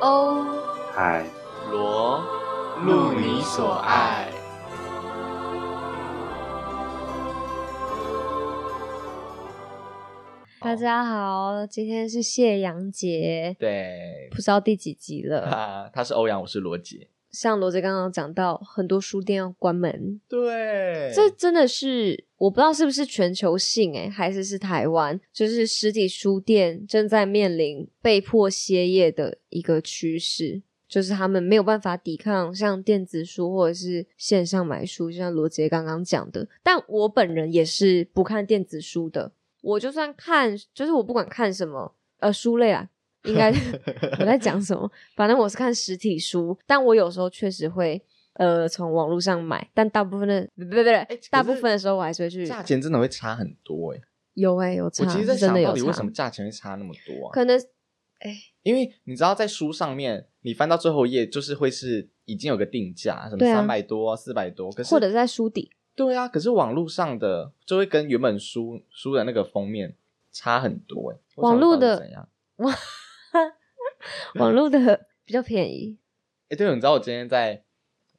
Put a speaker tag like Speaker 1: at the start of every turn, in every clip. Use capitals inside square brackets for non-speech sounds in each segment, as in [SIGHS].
Speaker 1: 欧
Speaker 2: 海
Speaker 3: 罗
Speaker 4: 路你所爱。
Speaker 1: 大家好，今天是谢阳节，
Speaker 3: 对
Speaker 1: 不知道第几集
Speaker 3: [LAUGHS]
Speaker 1: 了。
Speaker 3: 啊，他是欧阳，我是罗杰。
Speaker 1: 像罗杰刚刚讲到，很多书店要关门，
Speaker 3: 对
Speaker 1: [LAUGHS] 这真的是我不知道是不是全球性诶、还是是台湾，就是实体书店正在面临被迫歇业的一个趋势。就是他们没有办法抵抗像电子书或者是线上买书，就像罗杰刚刚讲的。但我本人也是不看电子书的，我就算看，就是我不管看什么，呃，书类啊，应该我在讲什么？反正我是看实体书，但我有时候确实会呃从网络上买，但大部分的不不不
Speaker 3: 哎可是
Speaker 1: 大部分的时候我还是会去
Speaker 3: 价钱真的会差很多哎、
Speaker 1: 有哎、有差，
Speaker 3: 我其实在
Speaker 1: 是真
Speaker 3: 想
Speaker 1: 的
Speaker 3: 到
Speaker 1: 有
Speaker 3: 底
Speaker 1: 差，
Speaker 3: 为什么价钱会差那么多啊？
Speaker 1: 可能
Speaker 3: 因为你知道在书上面，你翻到最后一页就是会是已经有个定价，什么
Speaker 1: 对啊
Speaker 3: 三百多、四百多，可是
Speaker 1: 或者是在书底，
Speaker 3: 对啊，可是网络上的就会跟原本书书的那个封面差很多哎、我想
Speaker 1: 网络
Speaker 3: 不到
Speaker 1: 的
Speaker 3: 是怎样？
Speaker 1: 网络的比较便宜，
Speaker 3: 哎、对了，你知道我今天在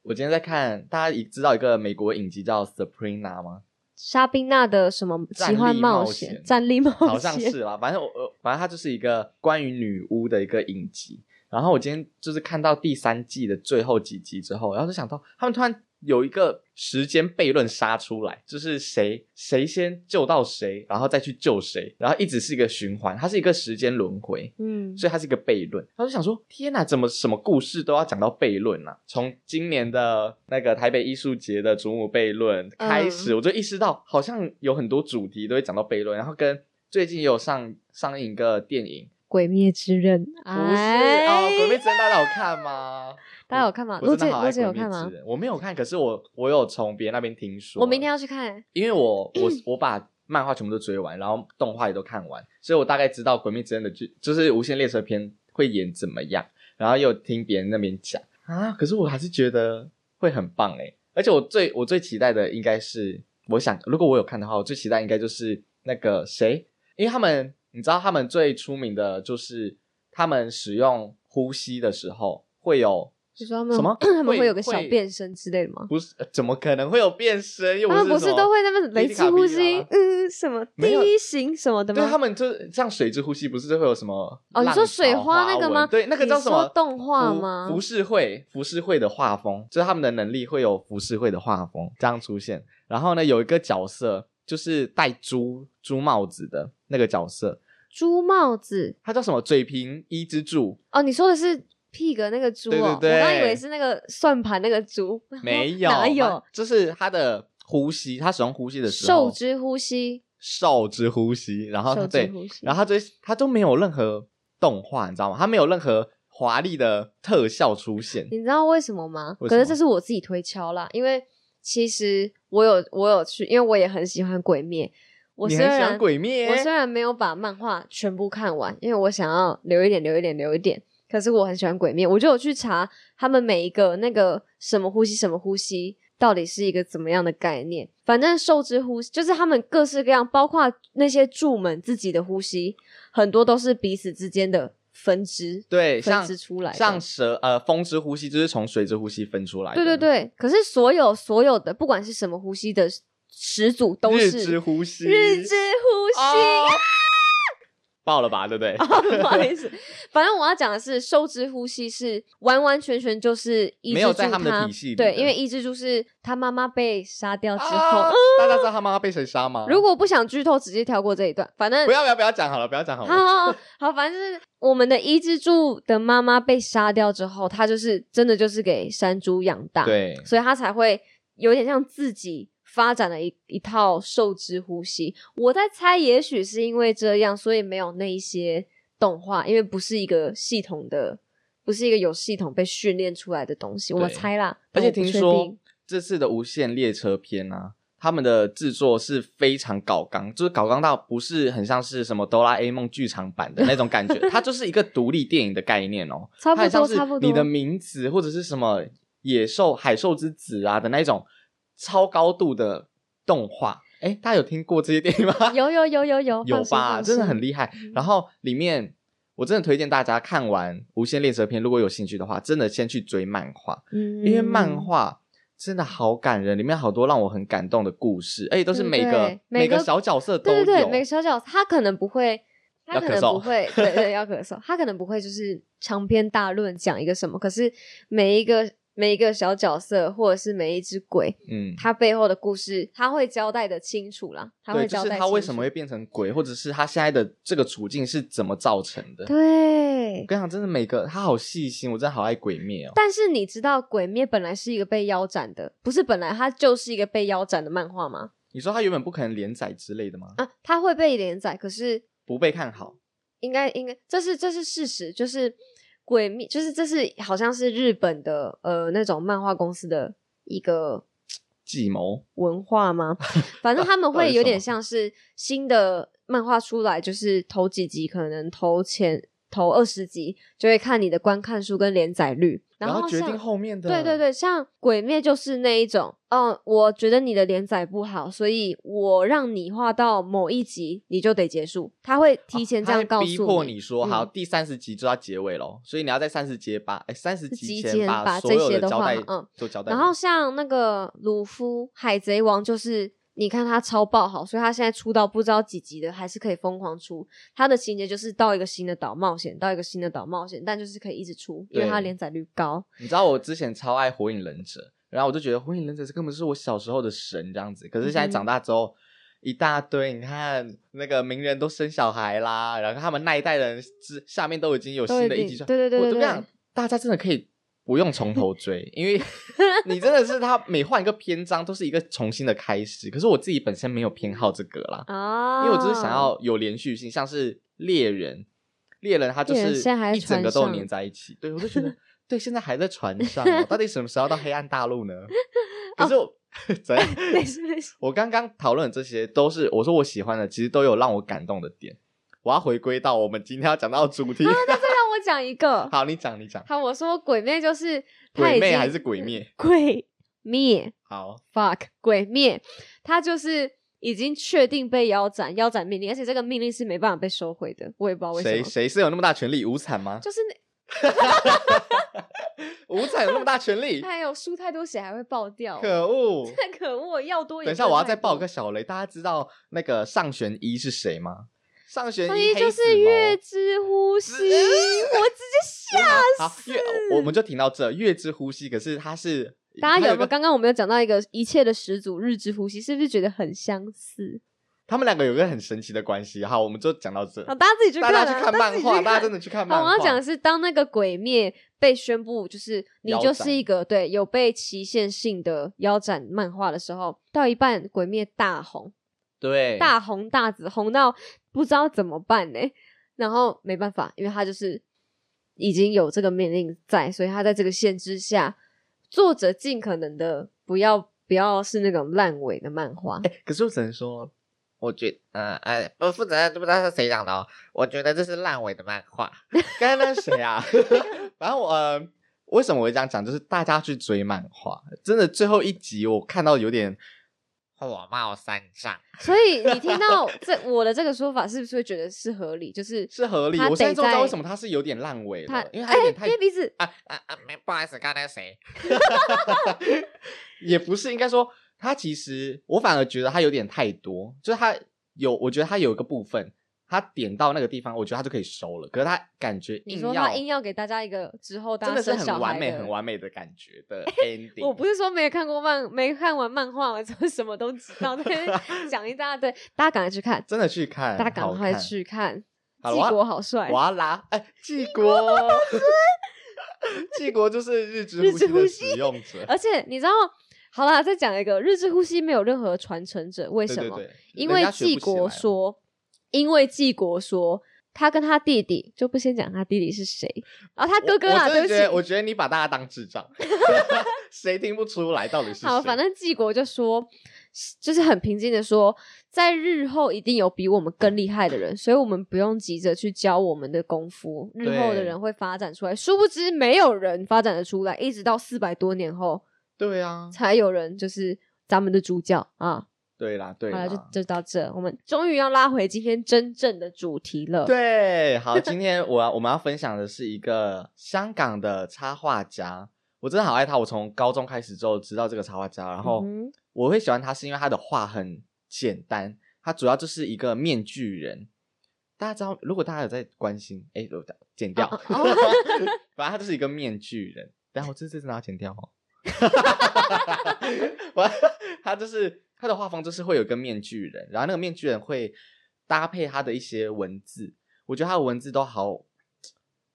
Speaker 3: 我今天在看，大家一知道一个美国影集叫《Sabrina》吗？
Speaker 1: [LAUGHS] 莎宾娜的什么
Speaker 3: 战
Speaker 1: 奇幻
Speaker 3: 力
Speaker 1: 冒
Speaker 3: 冒
Speaker 1: 险、
Speaker 3: 险
Speaker 1: 战力冒险，
Speaker 3: 好像是啦，反正我呃反正它就是一个关于女巫的一个影集。然后我今天就是看到第三季的最后几集之后，然后就想到他们突然有一个时间悖论杀出来，就是谁谁先救到谁，然后再去救谁，然后一直是一个循环，它是一个时间轮回。
Speaker 1: 嗯，
Speaker 3: 所以它是一个悖论。他就想说，天哪，怎么什么故事都要讲到悖论啊？从今年的那个台北艺术节的祖母悖论
Speaker 1: 嗯
Speaker 3: 开始，我就意识到，好像有很多主题都会讲到悖论。然后跟最近也有上上映一个电影，
Speaker 1: 鬼灭之刃》
Speaker 3: 不是哦，《鬼灭之刃》大家有看吗？
Speaker 1: 哎大家有看吗
Speaker 3: 我我
Speaker 1: 陆
Speaker 3: 真
Speaker 1: 姐
Speaker 3: 的好爱
Speaker 1: 陆姐有
Speaker 3: 鬼灭
Speaker 1: 看吗
Speaker 3: 之刃我没有看，可是我我有从别人那边听说。
Speaker 1: 我明天要去看，欸
Speaker 3: 因为我我我把漫画全部都追完，然后动画也都看完，所以我大概知道《鬼灭之刃》的剧就是《无限列车篇》会演怎么样，然后又听别人那边讲啊，可是我还是觉得会很棒诶、而且我最我最期待的应该是，我想如果我有看的话，我最期待应该就是那个谁，因为他们你知道他们最出名的就是他们使用呼吸的时候会有
Speaker 1: 就说他们
Speaker 3: 什
Speaker 1: [CLEARS THROAT]
Speaker 3: 么
Speaker 1: 他们会有个小变身之类的吗？
Speaker 3: 不是，呃怎么可能会有变身？ [LAUGHS] 又
Speaker 1: 他们不是
Speaker 3: 什么
Speaker 1: 啊都会那边雷之呼吸
Speaker 3: 迪，卡比啊
Speaker 1: 嗯，什么第
Speaker 3: 没有
Speaker 1: 一型什么的吗？
Speaker 3: 对他们就是像水之呼吸，不是会有什么
Speaker 1: 哦，你
Speaker 3: 浪
Speaker 1: 说水
Speaker 3: 潮
Speaker 1: 花
Speaker 3: 花
Speaker 1: 那个吗？
Speaker 3: 纹对，那个
Speaker 1: 你
Speaker 3: 叫什么
Speaker 1: 说动画
Speaker 3: 浮
Speaker 1: 吗？
Speaker 3: 浮世绘，浮世绘的画风，就是他们的能力会有浮世绘的画风这样出现。然后呢，有一个角色就是戴猪猪帽子的那个角色，
Speaker 1: 猪帽子
Speaker 3: 他叫什么？嘴平一之助？
Speaker 1: 哦，你说的是 pig 那个猪哦，
Speaker 3: 对对对
Speaker 1: 我刚以为是那个算盘那个猪，
Speaker 3: [LAUGHS]
Speaker 1: [LAUGHS]
Speaker 3: 没有，
Speaker 1: 哪有
Speaker 3: 他？就是他的呼吸，他使用呼吸的时
Speaker 1: 受
Speaker 3: 候，
Speaker 1: 之呼吸，
Speaker 3: 兽之呼吸，然后
Speaker 1: 受之
Speaker 3: 对，
Speaker 1: 呼吸，
Speaker 3: 然后他就他都没有任何动画，你知道吗？他没有任何华丽的特效出现。
Speaker 1: 你知道为什么吗？
Speaker 3: 为什
Speaker 1: 可
Speaker 3: 么
Speaker 1: 是这是我自己推敲啦，因为其实我有我有去，因为我也很喜欢《鬼灭》，我
Speaker 3: 你
Speaker 1: 虽
Speaker 3: 很喜
Speaker 1: 然
Speaker 3: 欢鬼灭？
Speaker 1: 我虽然没有把漫画全部看完，因为我想要留一点留一点留一点，可是我很喜欢《鬼灭》，我就有去查他们每一个那个什么呼吸什么呼吸。到底是一个怎么样的概念？反正受之呼吸就是他们各式各样，包括那些柱们自己的呼吸，很多都是彼此之间的分支，
Speaker 3: 对，
Speaker 1: 分
Speaker 3: 像
Speaker 1: 支出来的。
Speaker 3: 像蛇呃风之呼吸就是从水之呼吸分出来的。
Speaker 1: 对对对，可是所有所有的不管是什么呼吸的始祖都是
Speaker 3: 日之呼吸，
Speaker 1: 日之
Speaker 3: 哦
Speaker 1: 呼哦
Speaker 3: 爆了吧，对不对？
Speaker 1: 吸。 [LAUGHS] 不好意思，反正我要讲的是，收之呼吸是完完全全就是抑
Speaker 3: 没
Speaker 1: 制
Speaker 3: 有
Speaker 1: 住
Speaker 3: 在他们的体系里
Speaker 1: 对，
Speaker 3: 的
Speaker 1: 因为抑制住是他妈妈被杀掉之后，
Speaker 3: 啊
Speaker 1: 嗯
Speaker 3: 大家知道他妈妈被谁杀吗？
Speaker 1: [LAUGHS] 如果不想剧透，直接跳过这一段。反正
Speaker 3: 不要不要不要讲好了，不要讲
Speaker 1: [LAUGHS]
Speaker 3: 好
Speaker 1: 好
Speaker 3: 了。
Speaker 1: 好好好，反正就是我们的伊之助的妈妈被杀掉之后，她就是真的就是给山猪养大，
Speaker 3: 对，
Speaker 1: 所以他才会有点像自己发展了一一套受之呼吸。我在猜，也许是因为这样，所以没有那一些动画，因为不是一个系统的，不是一个有系统被训练出来的东西。
Speaker 3: 对
Speaker 1: 我猜啦，
Speaker 3: 而
Speaker 1: 但哦
Speaker 3: 且
Speaker 1: 我不
Speaker 3: 听
Speaker 1: 确
Speaker 3: 说
Speaker 1: 定
Speaker 3: 这次的《无限列车篇》啊，他们的制作是非常搞纲，就是搞纲到不是很像是什么哆啦 A 梦剧场版的那种感觉，它就是一个独立电影的概念
Speaker 1: [LAUGHS]
Speaker 3: 哦。
Speaker 1: 差不
Speaker 3: 它很像
Speaker 1: 多，
Speaker 3: 是
Speaker 1: 差不多。
Speaker 3: 你的名字或者是什么野兽、海兽之子啊的那一种超高度的动画。哎，大家有听过这些电影吗？
Speaker 1: 有有有有有
Speaker 3: [LAUGHS] 有
Speaker 1: 放心
Speaker 3: 吧，
Speaker 1: 放
Speaker 3: 真的
Speaker 1: 心
Speaker 3: 很厉害
Speaker 1: 嗯。
Speaker 3: 然后里面我真的推荐大家看完《无限列车篇》，如果有兴趣的话，真的先去追漫画，
Speaker 1: 嗯
Speaker 3: 因为漫画真的好感人，里面好多让我很感动的故事，而且都是每
Speaker 1: 对
Speaker 3: 个
Speaker 1: 对每个
Speaker 3: 个小角色都
Speaker 1: 对
Speaker 3: 有。
Speaker 1: 对对，每个小角他可能不会，他
Speaker 3: 要
Speaker 1: 可
Speaker 3: 咳
Speaker 1: 能
Speaker 3: 嗽
Speaker 1: 不会，对对，要咳嗽，他可能不会就是长篇大论讲一个什么，可是每一个每一个小角色或者是每一只鬼，
Speaker 3: 嗯，
Speaker 1: 它背后的故事他会交代的清楚啦，他会
Speaker 3: 对，就
Speaker 1: 交代
Speaker 3: 是
Speaker 1: 清
Speaker 3: 他
Speaker 1: 楚
Speaker 3: 为什么会变成鬼，或者是他现在的这个处境是怎么造成的。
Speaker 1: 对
Speaker 3: 我。跟你讲，真的每个他好细心，我真的好爱鬼灭哦。
Speaker 1: 但是你知道，鬼灭本来是一个被腰斩的，不是本来它就是一个被腰斩的漫画吗？
Speaker 3: 你说他原本不可能连载之类的吗？
Speaker 1: 啊，它会被连载，可是
Speaker 3: 不被看好，
Speaker 1: 应该应该，这是这是事实，就是鬼灭，就是这是好像是日本的呃那种漫画公司的一个
Speaker 3: 计谋
Speaker 1: 文化吗？ [LAUGHS] 反正他们
Speaker 3: [LAUGHS] 到底
Speaker 1: 会
Speaker 3: 是
Speaker 1: 有
Speaker 3: 什
Speaker 1: 点
Speaker 3: 么
Speaker 1: 像是新的漫画出来，就是头几集可能头前头二十集就会看你的观看数跟连载率，
Speaker 3: 然
Speaker 1: 后
Speaker 3: 后决
Speaker 1: 像
Speaker 3: 定后面的。
Speaker 1: 对对对，像《鬼灭》就是那一种，嗯，我觉得你的连载不好，所以我让你画到某一集你就得结束，他会提前这
Speaker 3: 哦啊他
Speaker 1: 样
Speaker 3: 会
Speaker 1: 告诉
Speaker 3: 逼迫
Speaker 1: 你
Speaker 3: 你说，
Speaker 1: 嗯
Speaker 3: 好，第三十集就要结尾喽，所以你要在三十集把，哎，三十
Speaker 1: 集
Speaker 3: 集
Speaker 1: 前
Speaker 3: 前
Speaker 1: 把
Speaker 3: 所
Speaker 1: 这
Speaker 3: 有
Speaker 1: 些
Speaker 3: 的
Speaker 1: 都
Speaker 3: 交
Speaker 1: 画
Speaker 3: 代
Speaker 1: 好嗯
Speaker 3: 都交代
Speaker 1: 然
Speaker 3: 完。
Speaker 1: 后像那个鲁夫《海贼王》，就是你看他超爆好，所以他现在出到不知道几集的，还是可以疯狂出。他的情节就是到一个新的岛冒险，到一个新的岛冒险，但就是可以一直出，因为
Speaker 3: 对
Speaker 1: 它连载率高。
Speaker 3: 你知道我之前超爱火影忍者，然后我就觉得火影忍者是根本是我小时候的神这样子，可是现在
Speaker 1: 嗯哼
Speaker 3: 长大之后。一大堆，你看那个名人都生小孩啦，然后他们那一代人之下面都已经有
Speaker 1: 都
Speaker 3: 新
Speaker 1: 已
Speaker 3: 的一
Speaker 1: 经
Speaker 3: 集出来，
Speaker 1: 对对对
Speaker 3: 我
Speaker 1: 对
Speaker 3: 怎么样
Speaker 1: 对？
Speaker 3: 大家真的可以不用从头追，
Speaker 1: [LAUGHS]
Speaker 3: 因为你真的是他每换一个篇章都是一个重新的开始。可是我自己本身没有偏好这个啦，
Speaker 1: 啊，
Speaker 3: 因为我只是想要有连续性，像是猎人，猎人他就
Speaker 1: 猎人
Speaker 3: 是
Speaker 1: 现在还在
Speaker 3: 一整个
Speaker 1: 船
Speaker 3: 都
Speaker 1: 上
Speaker 3: 连在一起。对，我
Speaker 1: [LAUGHS]
Speaker 3: 就觉得，对，现在还在船上哦、到底什么时候到黑暗大
Speaker 1: [LAUGHS]
Speaker 3: 陆
Speaker 1: 哦
Speaker 3: 呢？可是我、 [LAUGHS] 怎样？
Speaker 1: [LAUGHS] 没事没事，
Speaker 3: 我刚刚讨论的这些都是我说我喜欢的，其实都有让我感动的点。我要回归到我们今天要讲到的主题。
Speaker 1: 再让我讲一个。
Speaker 3: 好，你讲，你讲。
Speaker 1: 好，我说鬼灭就是它
Speaker 3: 鬼
Speaker 1: 已
Speaker 3: 魅
Speaker 1: 经
Speaker 3: 还是鬼灭？
Speaker 1: [LAUGHS] 鬼灭，
Speaker 3: 好，
Speaker 1: fuck 鬼灭，他就是已经确定被腰斩，腰斩命令，而且这个命令是没办法被收回的，我也不知道为什
Speaker 3: 谁
Speaker 1: 么。
Speaker 3: 谁是有那么大权力？无惨吗？
Speaker 1: 就是那
Speaker 3: 无惨有那么大权力？
Speaker 1: 哎呦，输 [LAUGHS] 太多血还会爆掉、
Speaker 3: 可恶！
Speaker 1: [LAUGHS] 太可恶！要多也
Speaker 3: 等一下，我要再爆
Speaker 1: 报
Speaker 3: 个。小雷，大家知道那个上弦一是谁吗？上弦
Speaker 1: 所
Speaker 3: 一
Speaker 1: 以就是月之呼
Speaker 3: [LAUGHS]
Speaker 1: 吸， [LAUGHS] 我直接吓。
Speaker 3: 死。好，月，我们就停到这。月之呼吸，可是他是
Speaker 1: 大
Speaker 3: 他
Speaker 1: 家有没
Speaker 3: 个
Speaker 1: 有？刚刚我们有讲到一个一切的始祖日之呼吸，是不是觉得很相似？
Speaker 3: 他们两个有个很神奇的关系。好，我们就讲到这。
Speaker 1: 好，大家自己去
Speaker 3: 大
Speaker 1: 看啊，
Speaker 3: 家去看漫画，大家
Speaker 1: 的。
Speaker 3: 真的去看漫
Speaker 1: 好，
Speaker 3: 画。
Speaker 1: 我要讲的是，当那个鬼灭被宣布，就是你
Speaker 3: 腰
Speaker 1: 就是
Speaker 3: 斩
Speaker 1: 一个对有被期限性的腰斩漫画的时候，到一半鬼灭大红，
Speaker 3: 对
Speaker 1: 大红大紫，红到不知道怎么办呢、然后没办法，因为他就是已经有这个命令在，所以他在这个限制下，作者尽可能的不要不要是那种烂尾的漫
Speaker 3: [LAUGHS]
Speaker 1: 画。
Speaker 3: 哎可是我只能说，
Speaker 2: 我觉呃哎，我负责人不知道是谁讲的哦，我觉得这是烂尾的漫画。
Speaker 3: 刚刚那是谁啊？ [LAUGHS] 反正我呃，为什么我会这样讲？就是大家去追漫画，真的最后一集我看到有点
Speaker 2: 火冒三丈，
Speaker 1: 所以你听到这我的这个说法，是不是会觉得是合理？就是
Speaker 3: 是合理。
Speaker 1: 他
Speaker 3: 我现
Speaker 1: 得
Speaker 3: 在终于知道
Speaker 1: 在
Speaker 3: 为什么他是有点烂尾
Speaker 1: 他哎
Speaker 3: 了，因为他有点太、
Speaker 1: 捏鼻子，
Speaker 2: 啊啊啊！没不好意思，刚才谁？
Speaker 3: [LAUGHS] 也不是应该说他其实我反而觉得他有点太多，就是他有我觉得他有一个部分，他点到那个地方，我觉得他就可以收了。可是他感觉
Speaker 1: 你
Speaker 3: 硬
Speaker 1: 说
Speaker 3: 要
Speaker 1: 他硬要给大家一个之后大
Speaker 3: 真
Speaker 1: 家
Speaker 3: 的是
Speaker 1: 生小
Speaker 3: 很完
Speaker 1: 孩
Speaker 3: 美、
Speaker 1: 的，
Speaker 3: 很完美的感觉的
Speaker 1: [LAUGHS]
Speaker 3: ending。
Speaker 1: 我不是说没有看过漫，没看完漫画，我就 [LAUGHS] 什么都知道，在那边
Speaker 3: [LAUGHS]
Speaker 1: 讲一大堆，大家赶快去看，
Speaker 3: 真的去看，
Speaker 1: 大家赶
Speaker 3: 好
Speaker 1: 快
Speaker 3: 看
Speaker 1: 去看，
Speaker 3: 好
Speaker 1: 纪
Speaker 3: 了我要
Speaker 1: 国好帅
Speaker 3: 我，要拉哎，纪国，纪国就是日之
Speaker 1: 日
Speaker 3: 呼
Speaker 1: 之
Speaker 3: 吸
Speaker 1: 呼
Speaker 3: 的
Speaker 1: 吸
Speaker 3: 使用
Speaker 1: [LAUGHS]
Speaker 3: 者，
Speaker 1: 而且你知道，好啦，再讲一个，日之呼吸没有任何传承者，为
Speaker 3: 对
Speaker 1: 什
Speaker 3: 对
Speaker 1: 么？
Speaker 3: 对
Speaker 1: 因
Speaker 3: 人
Speaker 1: 为
Speaker 3: 家学
Speaker 1: 纪
Speaker 3: 不起
Speaker 1: 国
Speaker 3: 来啊
Speaker 1: 说，因为纪国说。他跟他弟弟就不先讲他弟弟是谁，然后他
Speaker 3: 我
Speaker 1: 哥哥啊，
Speaker 3: 我真
Speaker 1: 对
Speaker 3: 的
Speaker 1: 不
Speaker 3: 觉得，我
Speaker 1: 起，
Speaker 3: 觉得你把大家当
Speaker 1: [LAUGHS]
Speaker 3: 智障，谁听不出来到底是谁？
Speaker 1: 好，反正纪国就说，就是很平静的说，在日后一定有比我们更厉害的人，所以我们不用急着去教我们的功夫，日后的
Speaker 3: 对
Speaker 1: 人会发展出来。殊不知，没有人发展的出来，一直到四百多年后
Speaker 3: 对啊，
Speaker 1: 才有人，就是咱们的主角啊，
Speaker 3: 对啦，对
Speaker 1: 好
Speaker 3: 啦
Speaker 1: 了，就就到这，我们终于要拉回今天真正的主题了。，
Speaker 3: 对，好，今天我要我们要分享的是一个香港的插画家，我真的好爱他。我从高中开始之后知道这个插画家，然后
Speaker 1: 嗯哼
Speaker 3: 我会喜欢他是因为他的画很简单，他主要就是一个面具人。大家知道，如果大家有在关心，哎，我剪掉，
Speaker 1: 哦
Speaker 3: [LAUGHS] 反正他就是一个面具人。然后这这真的要剪掉哦。我他就是他的画风就是会有一个面具人，然后那个面具人会搭配他的一些文字，我觉得他的文字都好，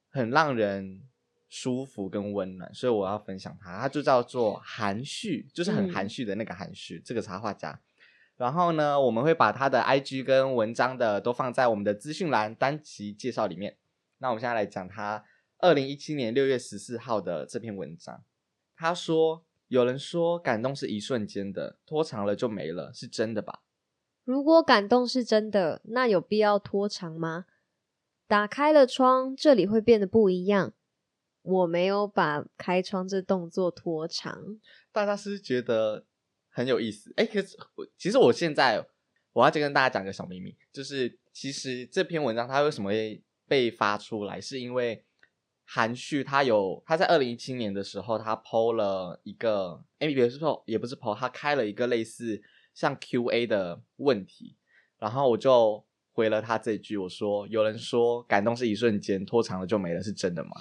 Speaker 3: 很让人舒服跟温暖，所以我要分享他，他就叫做含蓄，就是很
Speaker 1: 嗯
Speaker 3: 含蓄的那个含蓄，这个插画家。然后呢，我们会把他的 IG 跟文章的都放在我们的资讯栏单集介绍里面。那我们现在来讲他二零一七年六月十四号的这篇文章。他说：“有人说感动是一瞬间的，拖长了就没了，是真的吧？
Speaker 1: 如果感动是真的，那有必要拖长吗？打开了窗，这里会变得不一样。我没有把开窗这动作拖长，
Speaker 3: 大家是不是觉得很有意思？哎，可是我其实我现在我要再跟大家讲个小秘密，就是其实这篇文章它为什么会被发出来，是因为韩旭他有他在二零一七年的时候，他 PO 了一个，哎，也不是 PO，也不是 PO，他开了一个类似像 Q&A 的问题，然后我就。回了他这句，我说：“有人说感动是一瞬间，拖长了就没了，是真的吗？”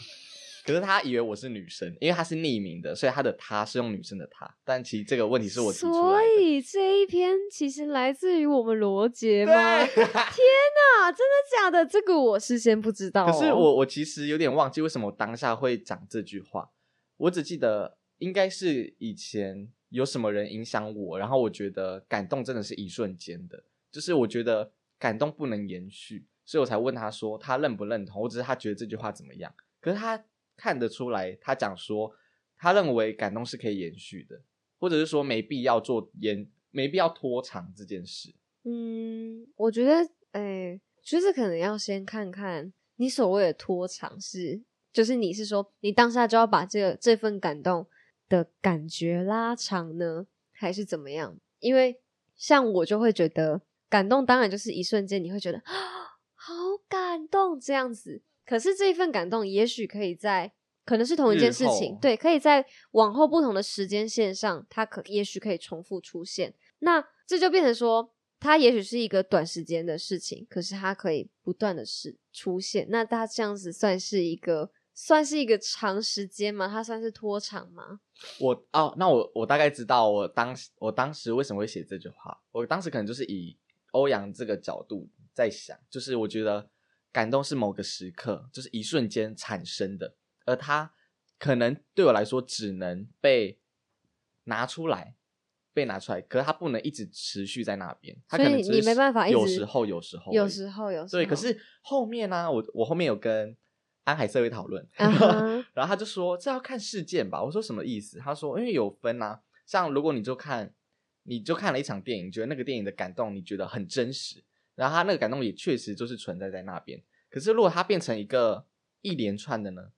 Speaker 3: 可是他以为我是女生，因为他是匿名的，所以他的他是用女生的他，但其实这个问题是我提出来
Speaker 1: 所
Speaker 3: 的。
Speaker 1: 以这一篇其实来自于我们罗杰吗？ [LAUGHS]
Speaker 3: 对，
Speaker 1: 啊，真的假的？这个我事先不知道哦、
Speaker 3: 可是我我其实有点忘记为什么我当下会讲这句话，我只记得应该是以前有什么人影响我，然后我觉得感动真的是一瞬间的，就是我觉得感动不能延续，所以我才问他说他认不认同，或者是他觉得这句话怎么样。可是他看得出来，他讲说他认为感动是可以延续的，或者是说没必要做延，没必要拖长这件事。
Speaker 1: 嗯，我觉得，哎、就是可能要先看看你所谓的拖长是，就是你是说你当下就要把这个这份感动的感觉拉长呢，还是怎么样？因为像我就会觉得感动，当然就是一瞬间，你会觉得啊好感动这样子。可是这一份感动，也许可以在可能是同一件事
Speaker 3: 日
Speaker 1: 情
Speaker 3: 后，
Speaker 1: 对，可以在往后不同的时间线上，它可也许可以重复出现。那这就变成说，它也许是一个短时间的事情，可是它可以不断的是出现。那它这样子算是一个，算是一个长时间吗？它算是拖长吗？
Speaker 3: 我哦，那我我大概知道我当时我当时为什么会写这句话。我当时可能就是以欧阳这个角度在想，就是我觉得感动是某个时刻，就是一瞬间产生的，而它可能对我来说只能被拿出来，被拿出来，可是它不能一直持续在那边，它可
Speaker 1: 所以
Speaker 3: 能只
Speaker 1: 你
Speaker 3: 是
Speaker 1: 没办法一直
Speaker 3: 有时候有时候
Speaker 1: 有
Speaker 3: 而已
Speaker 1: 时候有时候
Speaker 3: 对，可是后面呢、我我后面有跟安海社会讨论，
Speaker 1: 啊哈
Speaker 3: 然后他就说这要看事件吧。我说什么意思？他说因为有分啊，像如果你就看你就看了一场电影，觉得那个电影的感动你觉得很真实，然后他那个感动也确实就是存在在那边。可是如果它变成一个一连串的呢？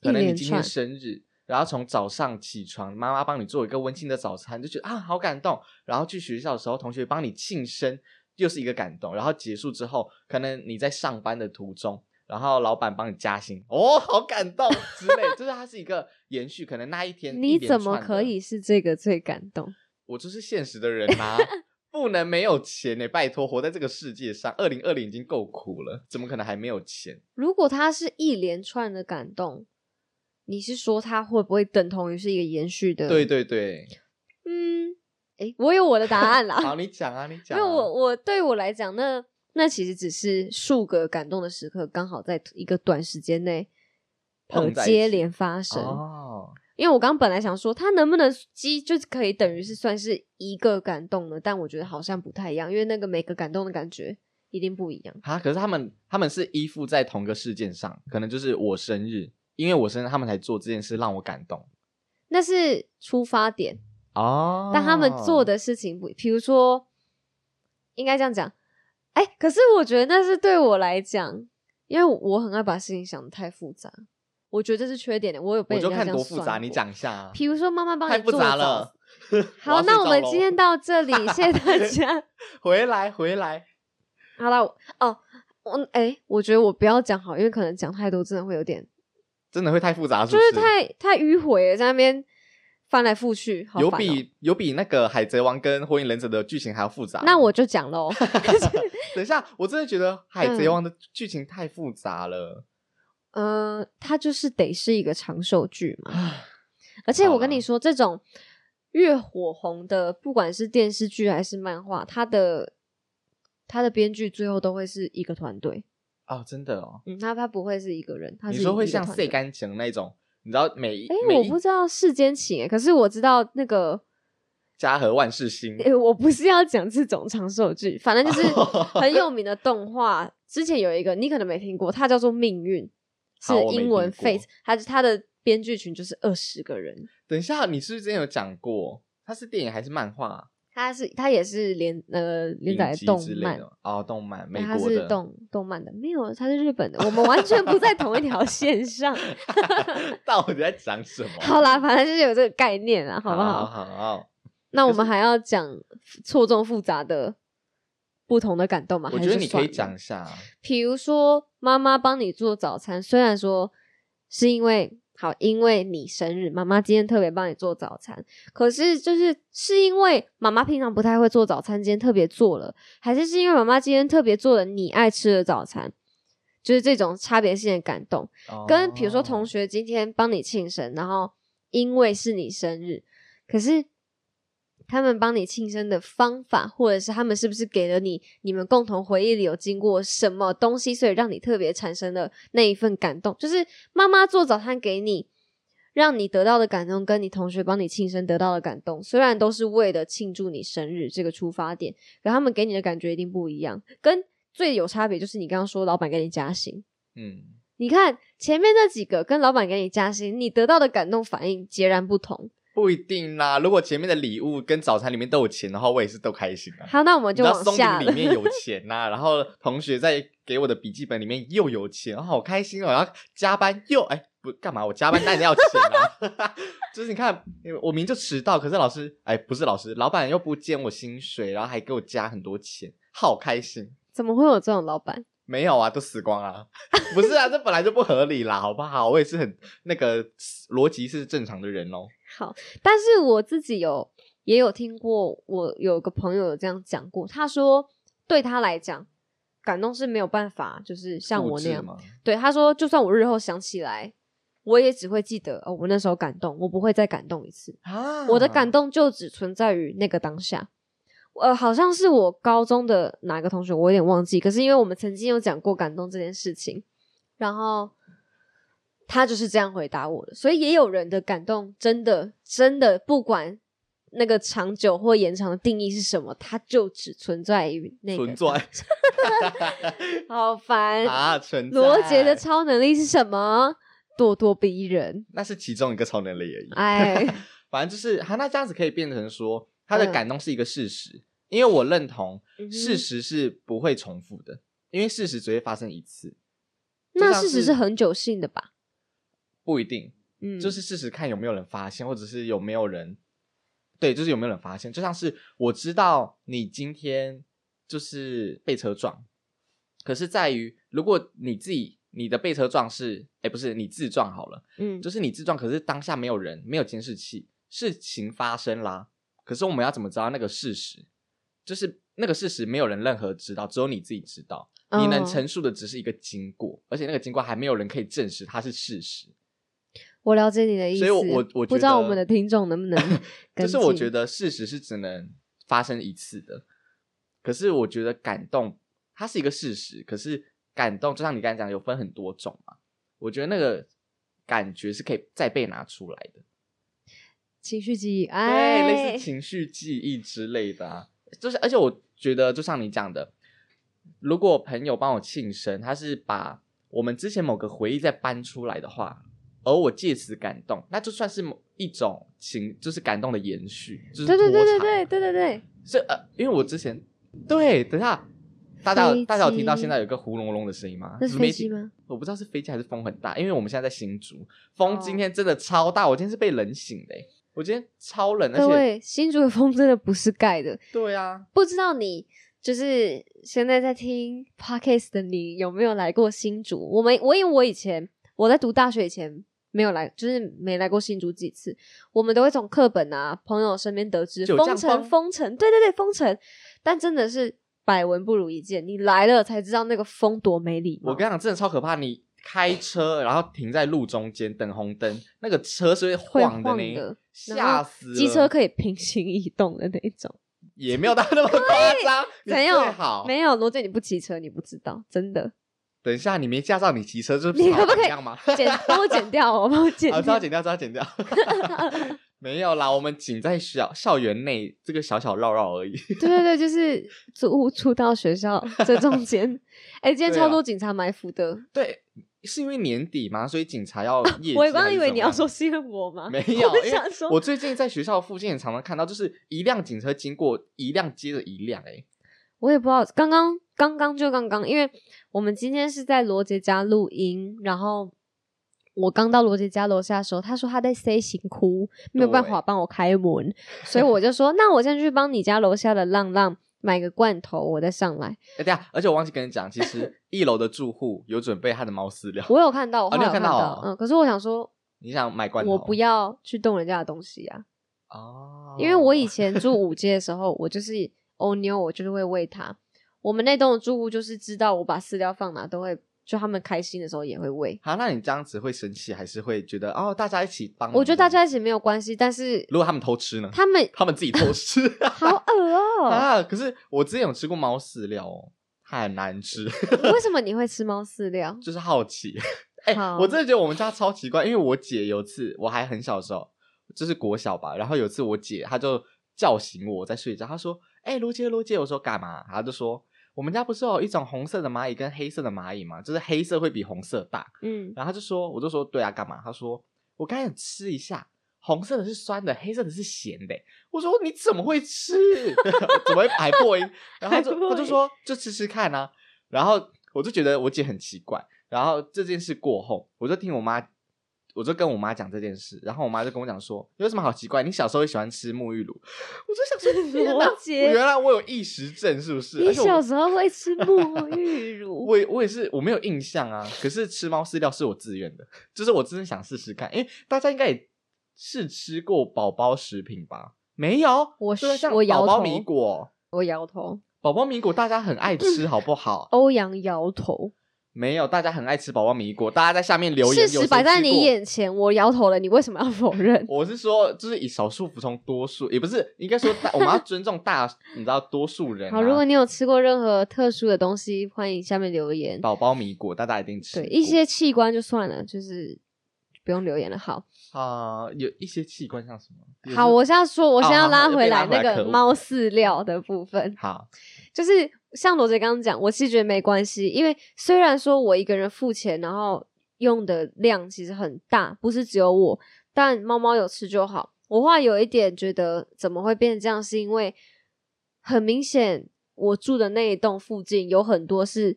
Speaker 3: 可能
Speaker 1: 一
Speaker 3: 你
Speaker 1: 连
Speaker 3: 今天
Speaker 1: 串
Speaker 3: 生日，然后从早上起床，妈妈帮你做一个温馨的早餐，就觉得啊好感动。然后去学校的时候，同学帮你庆生，又是一个感动。然后结束之后，可能你在上班的途中，然后老板帮你加薪，哦，好感动之类，就是它是一个延续。可能那一天一
Speaker 1: 你
Speaker 3: 连
Speaker 1: 怎么
Speaker 3: 串的
Speaker 1: 可以？是这个最感动？
Speaker 3: 我就是现实的人呐、 [LAUGHS] 不能没有钱呢、拜托，活在这个世界上，二零二零已经够苦了，怎么可能还没有钱？
Speaker 1: 如果它是一连串的感动，你是说它会不会等同于是一个延续的？
Speaker 3: 对，对对，
Speaker 1: 嗯，诶、我有我的答案啦。
Speaker 3: 好，你讲啊，你
Speaker 1: 因
Speaker 3: 讲、啊。
Speaker 1: 为我我对我来讲，那那其实只是数个感动的时刻，刚好在一个短时间内呃
Speaker 3: 碰在一起
Speaker 1: 接连发生。
Speaker 3: 哦，
Speaker 1: 因为我刚刚本来想说，它能不能积就是可以等于是算是一个感动呢？但我觉得好像不太一样，因为那个每个感动的感觉一定不一样。
Speaker 3: 啊，可是他们他们是依附在同个事件上，可能就是我生日，因为我生日他们才做这件事让我感动
Speaker 1: 那是出发点，
Speaker 3: 哦
Speaker 1: 但他们做的事情不，比如说，应该这样讲，哎、可是我觉得那是对我来讲，因为我很爱把事情想的太复杂，我觉得这是缺点的。我有被
Speaker 3: 我就
Speaker 1: 人家
Speaker 3: 看
Speaker 1: 这样
Speaker 3: 多复杂，
Speaker 1: 酸
Speaker 3: 你
Speaker 1: 过。
Speaker 3: 讲一下啊。
Speaker 1: 比如说妈妈帮
Speaker 3: 太
Speaker 1: 你
Speaker 3: 复
Speaker 1: 做早
Speaker 3: 杂 [LAUGHS] 了
Speaker 1: 好，那我们今天到这里，谢谢大家。
Speaker 3: [LAUGHS] 回来回来，
Speaker 1: 好了，我哦，我哎、我觉得我不要讲好，因为可能讲太多真的会有点，
Speaker 3: 真的会太复杂，是
Speaker 1: 就
Speaker 3: 不
Speaker 1: 是
Speaker 3: 是？
Speaker 1: 太太迂回了，在那边翻来覆去，好
Speaker 3: 有
Speaker 1: 烦哦
Speaker 3: 比有比那个《海贼王》跟《火影忍者》的剧情还要复杂。
Speaker 1: 那我就讲喽。
Speaker 3: 等一下，我真的觉得《海贼王》的剧情太复杂了。
Speaker 1: 嗯，它就是得是一个长寿剧嘛。
Speaker 3: 啊
Speaker 1: 而且我跟你说，这种越火红的，不管是电视剧还是漫画，它的它的编剧最后都会是一个团队。
Speaker 3: 哦，真的哦，
Speaker 1: 嗯，他他不会是一个人，他是
Speaker 3: 你说会
Speaker 1: 一个
Speaker 3: 像
Speaker 1: 团
Speaker 3: 晒
Speaker 1: 队
Speaker 3: 干情那种，你知道每一
Speaker 1: 哎、
Speaker 3: 每
Speaker 1: 我
Speaker 3: 一
Speaker 1: 不知道世间情、欸，可是我知道那个，
Speaker 3: 家和万
Speaker 1: [LAUGHS]
Speaker 3: 事兴
Speaker 1: 哎、我不是要讲这种长寿剧，反
Speaker 3: [LAUGHS]
Speaker 1: 正就是很有名的动画。之前有一个你可能没听过，它叫做《命运》，是
Speaker 3: 好我没
Speaker 1: 英文
Speaker 3: 听过
Speaker 1: Fate，它它的编剧群就是二十个人，
Speaker 3: 等一下，你是不是之前有讲过，它是电影还是漫画啊？
Speaker 1: 它是它也是连呃连载
Speaker 3: 影集
Speaker 1: 动
Speaker 3: 之类
Speaker 1: 漫，
Speaker 3: 的哦，动漫，美
Speaker 1: 但它
Speaker 3: 国
Speaker 1: 是
Speaker 3: 的。
Speaker 1: 动动漫的，没有，它是日本的，我们完全不在同一条线上。
Speaker 3: [LAUGHS] 哦到底在讲什么？
Speaker 1: 好啦，反正就是有这个概念啊，好不
Speaker 3: 好好好
Speaker 1: 那我们还要讲错综复杂的不同的感动吗？
Speaker 3: 我
Speaker 1: 还
Speaker 3: 觉得
Speaker 1: 是
Speaker 3: 你可
Speaker 1: 算
Speaker 3: 以
Speaker 1: 了
Speaker 3: 讲一，下，
Speaker 1: 比如说妈妈帮你做早餐，虽然说是因为好，因为你生日，妈妈今天特别帮你做早餐，可是就是是因为妈妈平常不太会做早餐，今天特别做了，还是是因为妈妈今天特别做了你爱吃的早餐？就是这种差别性的感动，跟比如说同
Speaker 3: 哦
Speaker 1: 学今天帮你庆生，然后因为是你生日，可是他们帮你庆生的方法，或者是他们是不是给了你你们共同回忆里有经过什么东西，所以让你特别产生了那一份感动，就是妈妈做早餐给你。让你得到的感动，跟你同学帮你庆生得到的感动，虽然都是为了庆祝你生日这个出发点，可他们给你的感觉一定不一样。跟最有差别就是你刚刚说老板给你加薪，
Speaker 3: 嗯，
Speaker 1: 你看前面那几个跟老板给你加薪，你得到的感动反应截然不同。
Speaker 3: 不一定啦。如果前面的礼物跟早餐里面都有钱的话，我也是都开心啊。
Speaker 1: 好，那我们
Speaker 3: 你
Speaker 1: 就
Speaker 3: 知道
Speaker 1: 往
Speaker 3: 松
Speaker 1: 下
Speaker 3: 饼
Speaker 1: 了
Speaker 3: 里。面有
Speaker 1: [LAUGHS]
Speaker 3: 钱呐、然后同学在给我的笔记本里面又有钱，好开心哦。然后加班又哎不干嘛？我加班当然要钱啦、 [LAUGHS] 就是你看，我明明就迟到，可是老师哎不是老师，老板又不减我薪水，然后还给我加很多钱，好开心。
Speaker 1: 怎么会有这种老板？
Speaker 3: 没有啊，都死光啊！ [LAUGHS] 不是啊，这本来就不合理啦，好不好？我也是很那个逻辑是正常的人哦。
Speaker 1: 好，但是我自己有也有听过，我有个朋友有这样讲过，他说对他来讲，感动是没有办法，就是像我那样
Speaker 3: 复制。吗？
Speaker 1: 对，他说就算我日后想起来，我也只会记得哦，我那时候感动，我不会再感动一次。
Speaker 3: 啊
Speaker 1: 我的感动就只存在于那个当下。呃，好像是我高中的哪个同学，我有点忘记。可是因为我们曾经有讲过感动这件事情，然后他就是这样回答我的。所以也有人的感动真的真的不管那个长久或延长的定义是什么，它就只存在于那个
Speaker 3: 存在
Speaker 1: 好烦！
Speaker 3: [LAUGHS] 啊，
Speaker 1: [LAUGHS]
Speaker 3: 存在
Speaker 1: 罗杰的超能力是什么？咄咄逼人。
Speaker 3: 那是其中一个超能力而已。 [LAUGHS]
Speaker 1: 哎，
Speaker 3: 反正就是他那这样子可以变成说，他的
Speaker 1: 嗯
Speaker 3: 感动是一个事实，因为我认同
Speaker 1: 嗯哼
Speaker 3: 事实是不会重复的，因为事实只会发生一次，
Speaker 1: 那
Speaker 3: 像
Speaker 1: 事实
Speaker 3: 是
Speaker 1: 是很久性的吧？
Speaker 3: 不一定。
Speaker 1: 嗯，
Speaker 3: 就是事实看有没有人发现，或者是有没有人，对，就是有没有人发现。就像是我知道你今天就是被车撞，可是在于如果你自己你的被车撞是，哎，不是你自撞好了，
Speaker 1: 嗯，
Speaker 3: 就是你自撞，可是当下没有人，没有监视器，事情发生啦。可是我们要怎么知道那个事实？就是那个事实，没有人任何知道，只有你自己知道。你能
Speaker 1: 哦
Speaker 3: 陈述的只是一个经过，而且那个经过还没有人可以证实它是事实。
Speaker 1: 我了解你的意思，
Speaker 3: 所以我我
Speaker 1: 不
Speaker 3: 我觉
Speaker 1: 知道
Speaker 3: 得
Speaker 1: 我们的听众能不
Speaker 3: [LAUGHS]
Speaker 1: 能跟进，
Speaker 3: 就是我觉得事实是只能发生一次的，可是我觉得感动它是一个事实，可是感动就像你刚才讲，有分很多种嘛。我觉得那个感觉是可以再被拿出来的，
Speaker 1: 情绪记忆，
Speaker 3: 对，
Speaker 1: 哎，
Speaker 3: 类似情绪记忆之类的、啊。就是而且我觉得，就像你讲的，如果朋友帮我庆生，他是把我们之前某个回忆再搬出来的话。而我借此感动，那就算是某一种情，就是感动的延续，就是
Speaker 1: 对对对对
Speaker 3: 脱产
Speaker 1: 对对对对，
Speaker 3: 是呃，因为我之前对，等一下，大家
Speaker 1: 飞
Speaker 3: 有大家有听到
Speaker 1: 机
Speaker 3: 现在有一个呼隆隆的声音吗？
Speaker 1: 那是
Speaker 3: 没
Speaker 1: 飞机
Speaker 3: 听？
Speaker 1: 吗？
Speaker 3: 我不知道是飞机还是风很大，因为我们现在在新竹，风
Speaker 1: 哦
Speaker 3: 今天真的超大，我今天是被冷醒的欸、我今天超冷，而
Speaker 1: 各
Speaker 3: 且
Speaker 1: 位，新竹的风真的不是盖的，
Speaker 3: 对啊，
Speaker 1: 不知道你就是现在在听 podcast 的你有没有来过新竹？我们我因为我以前我在读大学以前没有来，就是没来过新竹几次。我们都会从课本啊、朋友身边得知
Speaker 3: 就有这
Speaker 1: 封
Speaker 3: 样
Speaker 1: 城，
Speaker 3: 吗
Speaker 1: 封城，对对对，封城。但真的是百闻不如一见，你来了才知道那个风多没礼貌。
Speaker 3: 我跟你讲，真的超可怕。你开车然后停在路中间等红灯，那个车是会
Speaker 1: 会
Speaker 3: 晃的
Speaker 1: 晃
Speaker 3: 呢
Speaker 1: 的，然
Speaker 3: 吓
Speaker 1: 后
Speaker 3: 死了。
Speaker 1: 机车可以平行移动的那一种，
Speaker 3: 也没有到那么夸张，你
Speaker 1: 怎样
Speaker 3: 最好。
Speaker 1: 没有罗姐，你不骑车你不知道，真的。
Speaker 3: 等一下，你没驾照，你骑车就是
Speaker 1: 你可不可以
Speaker 3: 这样吗？
Speaker 1: 剪，帮我剪掉哦，帮我剪
Speaker 3: 好，知
Speaker 1: 掉
Speaker 3: 道。剪掉，知道
Speaker 1: [LAUGHS]
Speaker 3: 剪掉。没有啦，我们仅在校校园内这个小小绕绕而已。 [LAUGHS]
Speaker 1: 对对对，就是租屋处到学校这中间。哎、今天
Speaker 3: 对啊
Speaker 1: 超多警察埋伏的，
Speaker 3: 对，是因为年底嘛，所以警
Speaker 1: [LAUGHS]
Speaker 3: 察要业绩
Speaker 1: 我
Speaker 3: 还
Speaker 1: 刚
Speaker 3: 是啊
Speaker 1: 以为
Speaker 3: 怎
Speaker 1: 你
Speaker 3: 么样
Speaker 1: 要说是因为我吗？
Speaker 3: 没有
Speaker 1: 我
Speaker 3: 因为
Speaker 1: 想说，
Speaker 3: 我最近在学校附近也常常看到，就是一辆警车经过，一辆接着一辆、欸，
Speaker 1: 我也不知道，刚刚刚刚就刚刚，因为我们今天是在罗杰家录音，然后我刚到罗杰家楼下的时候，他说他在 C 型哭，没有办法帮我开门，所以我就
Speaker 3: [LAUGHS]
Speaker 1: 说，那我先去帮你家楼下的浪浪买个罐头，我再上来。
Speaker 3: 哎、欸，对啊，而且我忘记跟你讲，
Speaker 1: [LAUGHS]
Speaker 3: 其实一楼的住户有准备他的猫饲料，
Speaker 1: 我有看到，我后
Speaker 3: 你
Speaker 1: 来
Speaker 3: 有
Speaker 1: 有看
Speaker 3: 看到哦
Speaker 1: 嗯，可是我想说，
Speaker 3: 你想买罐头？
Speaker 1: 我不要去动人家的东西啊。
Speaker 3: 哦，
Speaker 1: 因为我以前住五街的时候，我就是欧妞，我就是会喂它。我们那栋的住户就是知道我把饲料放哪，都会就他们开心的时候也会喂。
Speaker 3: 好、那你这样子会生气，还是会觉得哦，大家一起帮忙？
Speaker 1: 我觉得大家一起没有关系，但是
Speaker 3: 如果他们偷吃呢？
Speaker 1: 他
Speaker 3: [LAUGHS]
Speaker 1: 们
Speaker 3: 他们自己偷吃
Speaker 1: [LAUGHS] 好恶哦、
Speaker 3: 啊！可是我之前有吃过猫饲料哦，很难吃，
Speaker 1: 为什么你会吃猫饲料？
Speaker 3: 就是好奇。哎、
Speaker 1: 好
Speaker 3: 我真的觉得我们家超奇怪，因为我姐有次我还很小的时候，就是国小吧，然后有次我姐她就叫醒我在睡觉，她说：“哎、罗杰，罗杰。”我说：“干嘛？”她就说：“我们家不是有一种红色的蚂蚁跟黑色的蚂蚁嘛，就是黑色会比红色大。”
Speaker 1: 嗯，
Speaker 3: 然后她就说：“我就说对啊，干嘛？”她说：“我刚才有吃一下。”红色的是酸的，黑色的是咸的。我说你怎么会吃？ [LAUGHS] 怎么会还破音？然后她
Speaker 1: 还
Speaker 3: 就
Speaker 1: 破
Speaker 3: 她就
Speaker 1: 音
Speaker 3: 说就吃吃看啊。然后我就觉得我姐很奇怪。然后这件事过后，我就听我妈，我就跟我妈讲这件事，然后我妈就跟我讲说，有什么好奇怪？你小时候也喜欢吃沐浴乳， [LAUGHS] 我就
Speaker 1: [LAUGHS]
Speaker 3: 想说，天哪
Speaker 1: 罗杰
Speaker 3: 我原来我有异食症是不是？
Speaker 1: 你
Speaker 3: 而且我
Speaker 1: 小时候会吃沐浴乳？
Speaker 3: 我也我也是我没有印象啊，可是吃猫饲料是我自愿的， [LAUGHS] 就是我真的想试试看，因为大家应该也是吃过宝宝食品吧？没有，
Speaker 1: 我
Speaker 3: 对啊
Speaker 1: 是
Speaker 3: 像
Speaker 1: 我摇
Speaker 3: 宝宝
Speaker 1: 头
Speaker 3: 米果，
Speaker 1: 我摇头，
Speaker 3: 宝宝米果大家很
Speaker 1: [LAUGHS]
Speaker 3: 爱吃，好不好？
Speaker 1: 欧阳摇头，
Speaker 3: 没有，大家很爱吃宝宝米果，大家在下面留言，
Speaker 1: 事
Speaker 3: 有
Speaker 1: 实
Speaker 3: 谁
Speaker 1: 摆在
Speaker 3: 吃
Speaker 1: 你
Speaker 3: 过。
Speaker 1: 眼前，我摇头了，你为什么要否认？
Speaker 3: 我是说，就是以少数服从多数，也不是应该说大，我们要尊重大， [LAUGHS] 你知道多数人、啊。
Speaker 1: 好，如果你有吃过任何特殊的东西，欢迎下面留言。
Speaker 3: 宝宝米果，大家一定吃
Speaker 1: 对
Speaker 3: 过。
Speaker 1: 一些器官就算了，就是不用留言了。好，
Speaker 3: 啊、有一些器官像什么？有
Speaker 1: 好，
Speaker 3: 时
Speaker 1: 我现在说，我现在要
Speaker 3: 好好
Speaker 1: 拉
Speaker 3: 被
Speaker 1: 回
Speaker 3: 拉
Speaker 1: 来
Speaker 3: 回
Speaker 1: 那
Speaker 3: 来
Speaker 1: 个
Speaker 3: 可恶
Speaker 1: 猫饲料的部分，
Speaker 3: 好，
Speaker 1: 就是像罗杰刚刚讲，我其实觉得没关系，因为虽然说我一个人付钱，然后用的量其实很大，不是只有我，但猫猫有吃就好。我话有一点觉得怎么会变成这样，是因为很明显我住的那一栋附近有很多是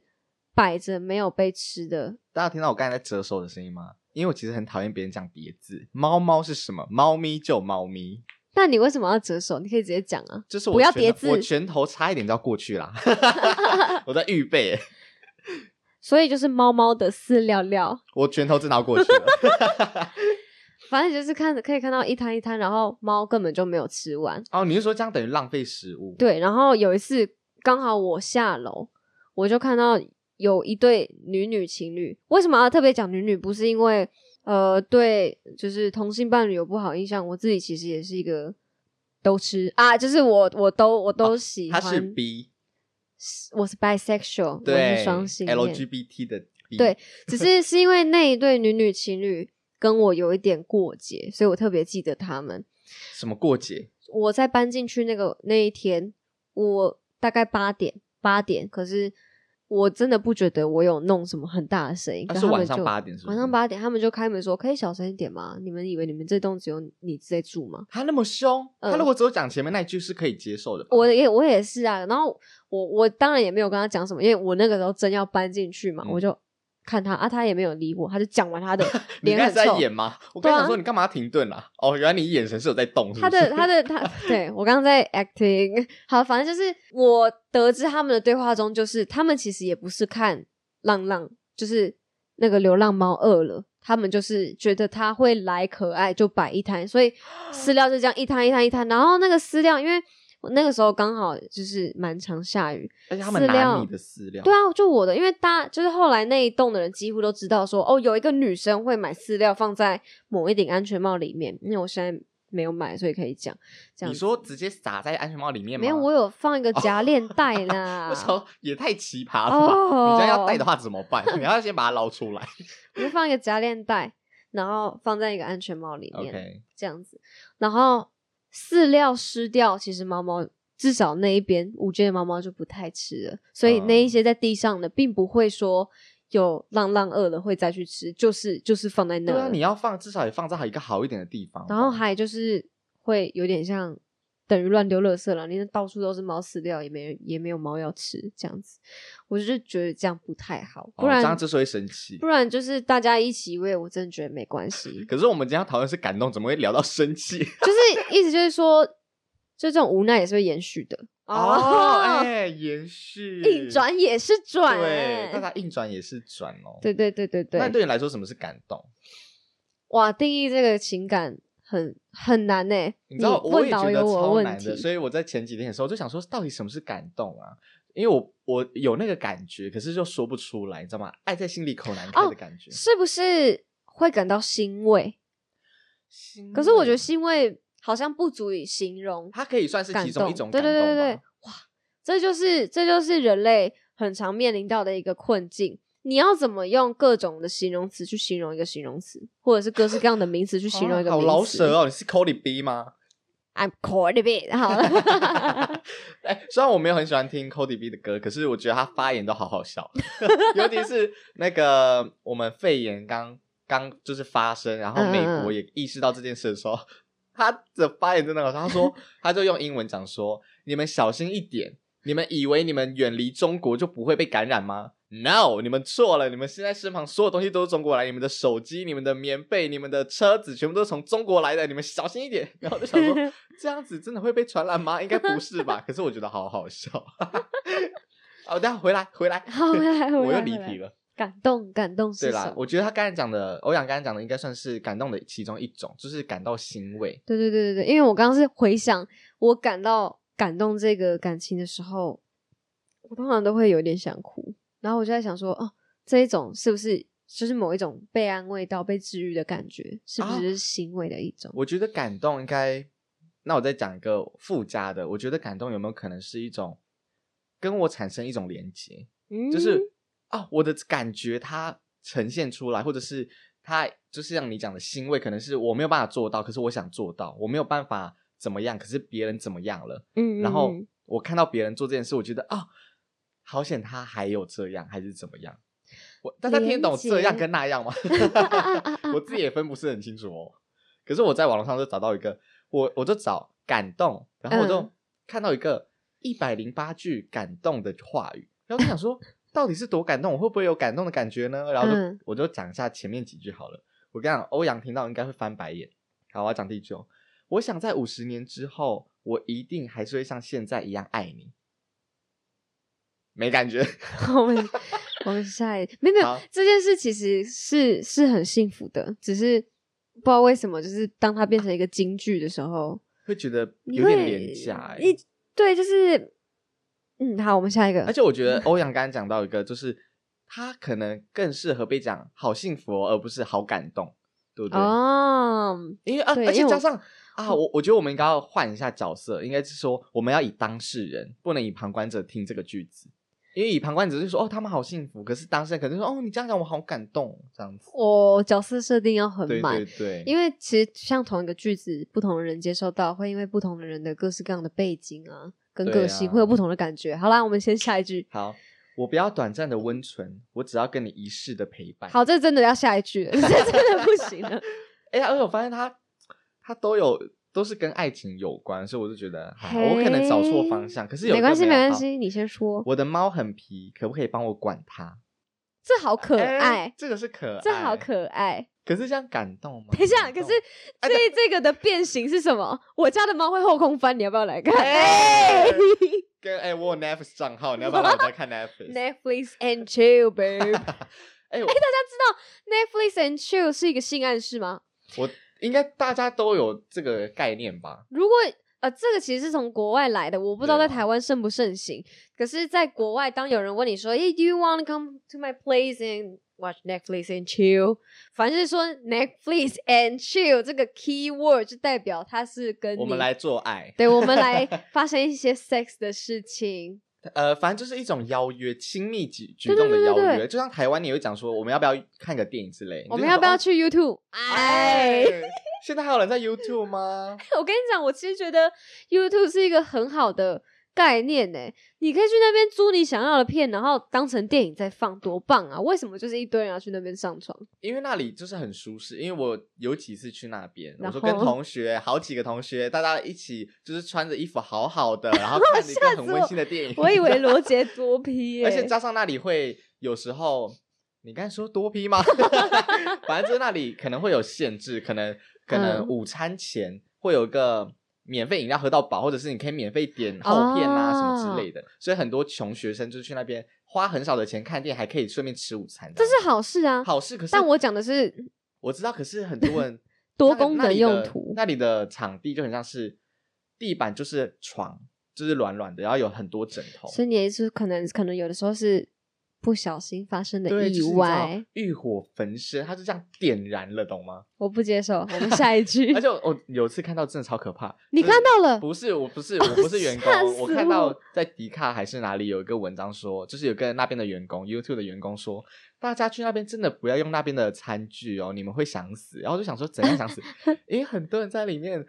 Speaker 1: 摆着没有被吃的
Speaker 3: 大家听到我刚才在折手的声音吗？因为我其实很讨厌别人讲叠字。猫猫是什么？猫咪就猫咪，
Speaker 1: 那你为什么要折手？你可以直接讲啊。
Speaker 3: 这是我
Speaker 1: 不要
Speaker 3: 拳头
Speaker 1: 叠字
Speaker 3: 我拳头差一点就要过去
Speaker 1: [LAUGHS]
Speaker 3: 啦。我在预备，
Speaker 1: 所以就是猫猫的饲料料，
Speaker 3: 我拳头真的要过去了。
Speaker 1: 反正就是看可以看到一摊一摊，然后猫根本就没有吃完。
Speaker 3: 哦，你是说这样等于浪费食物？，
Speaker 1: 对，然后有一次刚好我下楼，我就看到有一对女女情侣。为什么要特别讲女女？不是因为呃对，就是同性伴侣有不好印象。我自己其实也是一个都吃啊，就是我我都我都喜
Speaker 3: 它
Speaker 1: 欢。
Speaker 3: 啊是 B，
Speaker 1: 我是 bisexual，我
Speaker 3: 对，
Speaker 1: 是双性恋
Speaker 3: LGBT 的 B，
Speaker 1: 对，只是是因为那一对女女情侣跟我有一点过节，所以我特别记得他们。
Speaker 3: 什么过节？
Speaker 1: 我在搬进去那个那一天，我大概八点八点，可是我真的不觉得我有弄什么很大的声音。
Speaker 3: 那
Speaker 1: 可
Speaker 3: 啊是
Speaker 1: 他
Speaker 3: 晚
Speaker 1: 们
Speaker 3: 上
Speaker 1: 就
Speaker 3: 八点是不是
Speaker 1: 晚上八点，他们就开门说：“可以小声一点吗？你们以为你们这栋只有你在住吗？”
Speaker 3: 他那么凶，
Speaker 1: 嗯
Speaker 3: 他如果只有讲前面那一句是可以接受的吧。
Speaker 1: 我也我也是啊，然后我我当然也没有跟他讲什么，因为我那个时候真要搬进去嘛，
Speaker 3: 嗯，
Speaker 1: 我就看他啊，他也没有理我，他就讲完他的
Speaker 3: [LAUGHS] 你
Speaker 1: 脸
Speaker 3: 刚才
Speaker 1: 很
Speaker 3: 是在
Speaker 1: 臭。
Speaker 3: 演吗？我刚
Speaker 1: 对啊
Speaker 3: 想说你干嘛停顿啦、哦，原来你眼神是有在动是不
Speaker 1: 他
Speaker 3: 是
Speaker 1: [LAUGHS] 的他的他，对我刚刚在 acting，好，反正就是我得知他们的对话中，就是他们其实也不是看浪浪，就是那个流浪猫饿了，他们就是觉得它会来可爱就摆一摊， [GASPS] 所以饲料就这样一摊一摊一摊，然后那个饲料因为。我那个时候刚好就是蛮常下雨，
Speaker 3: [LAUGHS] 而且他们
Speaker 1: 饲
Speaker 3: 拿
Speaker 1: 料
Speaker 3: 你的饲料，
Speaker 1: 对啊，就我的，因为大就是后来那一栋的人几乎都知道说，哦，有一个女生会买饲料放在某一顶安全帽里面，因为我现在没有买，所以可以讲这样
Speaker 3: 你
Speaker 1: 子。
Speaker 3: 说直接撒在安全帽里面吗？哦
Speaker 1: 没有，我有放一
Speaker 3: [LAUGHS]
Speaker 1: 个夹链带啦
Speaker 3: 我。操，也太奇葩了吧！
Speaker 1: 哦
Speaker 3: 你这样要带的话怎么办？ [LAUGHS] 你要先把它捞出来。
Speaker 1: 我就放一个夹链带，然后放在一个安全帽里 [LAUGHS] 面
Speaker 3: OK，
Speaker 1: 这样子。然后饲料湿掉，其实猫猫至少那一边五 G 的猫猫就不太吃了，所以
Speaker 3: 哦
Speaker 1: 那一些在地上的并不会说有浪浪饿了会再去吃，就是就是放在那
Speaker 3: 对啊，
Speaker 1: 了。
Speaker 3: 你要放，至少也放在一个好一点的地方吧。
Speaker 1: 然后还就是会有点像等于乱丢垃圾了，你那到处都是猫饲料，也没人也没有猫要吃这样子，我就是觉得这样不太好，
Speaker 3: 哦
Speaker 1: 不然、
Speaker 3: 这样之所以生气
Speaker 1: 不，然就是大家一起喂，我真的觉得没关系。
Speaker 3: 可是我们今天要讨论是感动，怎么会聊到生气？ [LAUGHS]
Speaker 1: 就是意思就是说，就这种无奈也是会延续的
Speaker 3: 哦，哎，延续
Speaker 1: 硬转也是转、
Speaker 3: 对，
Speaker 1: 欸，
Speaker 3: 但它硬转也是转哦。，
Speaker 1: 对对对对
Speaker 3: 那
Speaker 1: 对
Speaker 3: 对你来说什么是感动？
Speaker 1: 哇，定义这个情感很很难呢、欸
Speaker 3: 你知道，我
Speaker 1: 问
Speaker 3: 也
Speaker 1: 导
Speaker 3: 觉得
Speaker 1: 游
Speaker 3: 超
Speaker 1: 问
Speaker 3: 难
Speaker 1: 题
Speaker 3: 的，，所以我在前几天的时候就想说，到底什么是感动啊？因为我我有那个感觉，可是就说不出来，你知道吗？爱在心里口难开
Speaker 1: 哦
Speaker 3: 的感觉。
Speaker 1: 是不是会感到欣慰？
Speaker 3: 心
Speaker 1: 可是我觉得
Speaker 3: 累
Speaker 1: 欣慰好像不足以形容
Speaker 3: 嗯它可以算是
Speaker 1: 感
Speaker 3: 其中
Speaker 1: 动，
Speaker 3: 一种
Speaker 1: 对
Speaker 3: 感动
Speaker 1: 对对对对，
Speaker 3: 吧
Speaker 1: 哇，这就是这就是人类很常面临到的一个困境。你要怎么用各种的形容词去形容一个形容词，或者是各式各样的名词去形容一个
Speaker 3: 啊
Speaker 1: 名
Speaker 3: 好
Speaker 1: 词？
Speaker 3: 老舍哦，你是抠里逼吗？
Speaker 1: I'm cold a bit，好了， [LAUGHS]
Speaker 3: [LAUGHS] 哎，虽然我没有很喜欢听 Cody B 的歌，可是我觉得他发言都好好笑， [LAUGHS] 尤其是那个我们肺炎刚刚就是发生，然后美
Speaker 1: 嗯嗯嗯
Speaker 3: 国也意识到这件事的时候， [LAUGHS] 他的发言真的好笑。他说，他就用英文讲说：“你们小心一点，你们以为你们远离中国就不会被感染吗？” No，你们错了！你们现在身旁所有东西都是中国来，你们的手机、你们的棉被、你们的车子，全部都是从中国来的，你们小心一点。然后我就
Speaker 1: [LAUGHS]
Speaker 3: 想说，这样子真的会被传染吗？应该不是吧？可是我觉得好好笑。 [LAUGHS] 哦，等一下回来回来， [LAUGHS]
Speaker 1: 好回来回来
Speaker 3: 我又离
Speaker 1: 回来
Speaker 3: 题了。
Speaker 1: 感动感动是
Speaker 3: 对
Speaker 1: 什
Speaker 3: 啦，
Speaker 1: 么？
Speaker 3: 我觉得他刚才讲的，欧阳刚才讲的，应该算是感动的其中一种，就是感到欣慰。
Speaker 1: 对对对对对，因为我刚刚是回想我感到感动这个感情的时候，我通常都会有点想哭，然后我就在想说，哦，这一种是不是就是某一种被安慰到、被治愈的感觉，是不
Speaker 3: 啊
Speaker 1: 是就是欣慰的一种？
Speaker 3: 我觉得感动应该，那我再讲一个附加的，我觉得感动有没有可能是一种跟我产生一种连接？
Speaker 1: 嗯
Speaker 3: 就是啊、我的感觉它呈现出来，或者是它就是像你讲的欣慰，可能是我没有办法做到，可是我想做到，我没有办法怎么样，可是别人怎么样了，
Speaker 1: 嗯，嗯
Speaker 3: 然后
Speaker 1: 嗯
Speaker 3: 我看到别人做这件事，我觉得啊、好险他还有这样，还是怎么样？我大家听得
Speaker 1: 连
Speaker 3: 懂这样
Speaker 1: 结？
Speaker 3: 跟那样吗我自己也分不是很清楚哦。可是我在网络上就找到一个，我我就找感动，然后我就
Speaker 1: 嗯
Speaker 3: 看到一个一百零八句感动的话语，然后就想
Speaker 1: [LAUGHS]
Speaker 3: 说到底是多感动，我会不会有感动的感觉呢？然后就、
Speaker 1: 嗯
Speaker 3: 我就讲一下前面几句好了。我跟你讲，欧阳听到应该会翻白眼。好，我要讲第一句哦。我想在五十年之后，我一定还是会像现在一样爱你。没感觉， [LAUGHS]
Speaker 1: 嗯我们我们下一没有没有
Speaker 3: 好
Speaker 1: 这件事其实是是很幸福的，只是不知道为什么，就是当它变成一个京剧的时候，
Speaker 3: 会觉得
Speaker 1: 你
Speaker 3: 有
Speaker 1: 会
Speaker 3: 点廉价、欸。
Speaker 1: 一对就是嗯，好，我们下一个，
Speaker 3: 而且我觉得欧阳刚刚讲到一个，就是他可能更适合被讲“好幸福、哦”，而不是“好感动”，对不对？
Speaker 1: 哦，
Speaker 3: 因为啊，
Speaker 1: 对
Speaker 3: 而
Speaker 1: 因
Speaker 3: 且
Speaker 1: 为
Speaker 3: 加
Speaker 1: 我嗯
Speaker 3: 上啊，我我觉得我们应该要换一下角色，应该是说我们要以当事人，不能以旁观者听这个句子。因为以旁观者就说哦，他们好幸福，可是当事人可能说哦，你这样讲我好感动哦，这样子。
Speaker 1: 我角色设定要很
Speaker 3: 对
Speaker 1: 满，
Speaker 3: 对对，
Speaker 1: 因为其实像同一个句子，不同的人接收到，会因为不同的人的各式各样的背景啊，跟
Speaker 3: 对
Speaker 1: 个性、
Speaker 3: 啊
Speaker 1: 会有不同的感觉。好啦，我们先下一句。
Speaker 3: 好，我不要短暂的温存，我只要跟你一世的陪伴。
Speaker 1: [LAUGHS] 好，这真的要下一句了， [LAUGHS] 这真的不行了。
Speaker 3: 哎、而且我发现他他都有都是跟爱情有关，所以我就觉得、啊我可能找错方向。可是有一
Speaker 1: 没
Speaker 3: 个
Speaker 1: 关系，
Speaker 3: 有
Speaker 1: 没关
Speaker 3: 好
Speaker 1: 系，你先说。
Speaker 3: 我的猫很皮，可不可以帮我管它？
Speaker 1: 这好可爱
Speaker 3: 哎，这个是可爱，
Speaker 1: 这好。可爱。
Speaker 3: 可是这样感动吗？
Speaker 1: [LAUGHS] 等一下，
Speaker 3: 感
Speaker 1: 可
Speaker 3: 动 [LAUGHS]
Speaker 1: 是
Speaker 3: 哎
Speaker 1: 这这个的变形是什么？我家的猫会后空翻，你要不要来看
Speaker 3: 哎跟哎，我有 Netflix 账号，你要不要来我家
Speaker 1: [LAUGHS]
Speaker 3: 看 Netflix？
Speaker 1: ？Netflix and chill, babe。
Speaker 3: [LAUGHS] 哎，我
Speaker 1: 大家知道 Netflix and chill 是一个性暗示吗？
Speaker 3: 我应该大家都有这个概念吧？
Speaker 1: 如果呃，这个其实是从国外来的，我不知道
Speaker 3: 对
Speaker 1: 在
Speaker 3: 啊
Speaker 1: 台湾盛不盛行。可是，在国外，当有人问你说 “Hey, do you want to come to my place and watch Netflix and chill？” 反正就是说 “Netflix and chill” 这个 key word 就代表它是跟你
Speaker 3: 我们来做爱，
Speaker 1: 对，我们来
Speaker 3: [LAUGHS]
Speaker 1: 发生一些 sex 的事情。
Speaker 3: 呃，反正就是一种邀约，亲密举举
Speaker 1: 对
Speaker 3: 动的
Speaker 1: 对对
Speaker 3: 邀
Speaker 1: 对
Speaker 3: 约，就像台湾，你会讲说我们要不要看个电影之类，你就
Speaker 1: 我们
Speaker 3: 想
Speaker 1: 要不要
Speaker 3: 说？哦
Speaker 1: 去 YouTube？哎，
Speaker 3: [LAUGHS] 现在还有人在 YouTube 吗？
Speaker 1: 我跟你讲，我其实觉得 YouTube 是一个很好的概念呢。你可以去那边租你想要的片，然后当成电影再放，多棒啊！为什么就是一堆人要去那边上床？
Speaker 3: 因为那里就是很舒适，因为我有几次去那边，
Speaker 1: 然
Speaker 3: 我
Speaker 1: 后
Speaker 3: 说跟同学好几个同学，大家一起就是穿着衣服好好
Speaker 1: [LAUGHS]
Speaker 3: 的，然后看了一个很温馨的电影。
Speaker 1: 我以为罗
Speaker 3: [LAUGHS]
Speaker 1: 杰多批耶、
Speaker 3: 而且加上那里会有时候，你刚才说多批吗？ [LAUGHS] 反正就是那里可能会有限制，可能可能
Speaker 1: 嗯
Speaker 3: 午餐前会有一个免费饮料喝到饱，或者是你可以免费点厚片啊、
Speaker 1: 哦
Speaker 3: 什么之类的。所以很多穷学生就去那边花很少的钱看电影，还可以顺便吃午餐。
Speaker 1: 这
Speaker 3: 样
Speaker 1: 是好事啊。
Speaker 3: 好事，可是
Speaker 1: 但我讲的是
Speaker 3: 我知道，可是很
Speaker 1: [LAUGHS]
Speaker 3: 多人
Speaker 1: 多
Speaker 3: 那个
Speaker 1: 功
Speaker 3: 那
Speaker 1: 能
Speaker 3: 里
Speaker 1: 用
Speaker 3: 的
Speaker 1: 途
Speaker 3: 那里的场地就很像是地板就是床，就是软软的，然后有很多枕头。
Speaker 1: 所以你也是可能可能有的时候是不小心发生的
Speaker 3: 对，
Speaker 1: 意
Speaker 3: 就是你知道
Speaker 1: 外，
Speaker 3: 欲火焚身，它就这样点燃了，懂吗？
Speaker 1: 我不接
Speaker 3: [LAUGHS]
Speaker 1: 受。我们下一句
Speaker 3: 而，且我我有一次看到真的超可怕，
Speaker 1: 你
Speaker 3: 就是
Speaker 1: 看到了哦
Speaker 3: 不是，我
Speaker 1: [LAUGHS]
Speaker 3: 不是，我不是员
Speaker 1: 吓死
Speaker 3: 工，我看
Speaker 1: 我
Speaker 3: 到在迪卡还是哪里有一个文章说，就是有个那边的员工，YouTube 的员工说，大家去那边真的不要用那边的餐具哦，你们会想死。然后我就想说怎
Speaker 1: [LAUGHS]
Speaker 3: 样想死，因为很多人在里面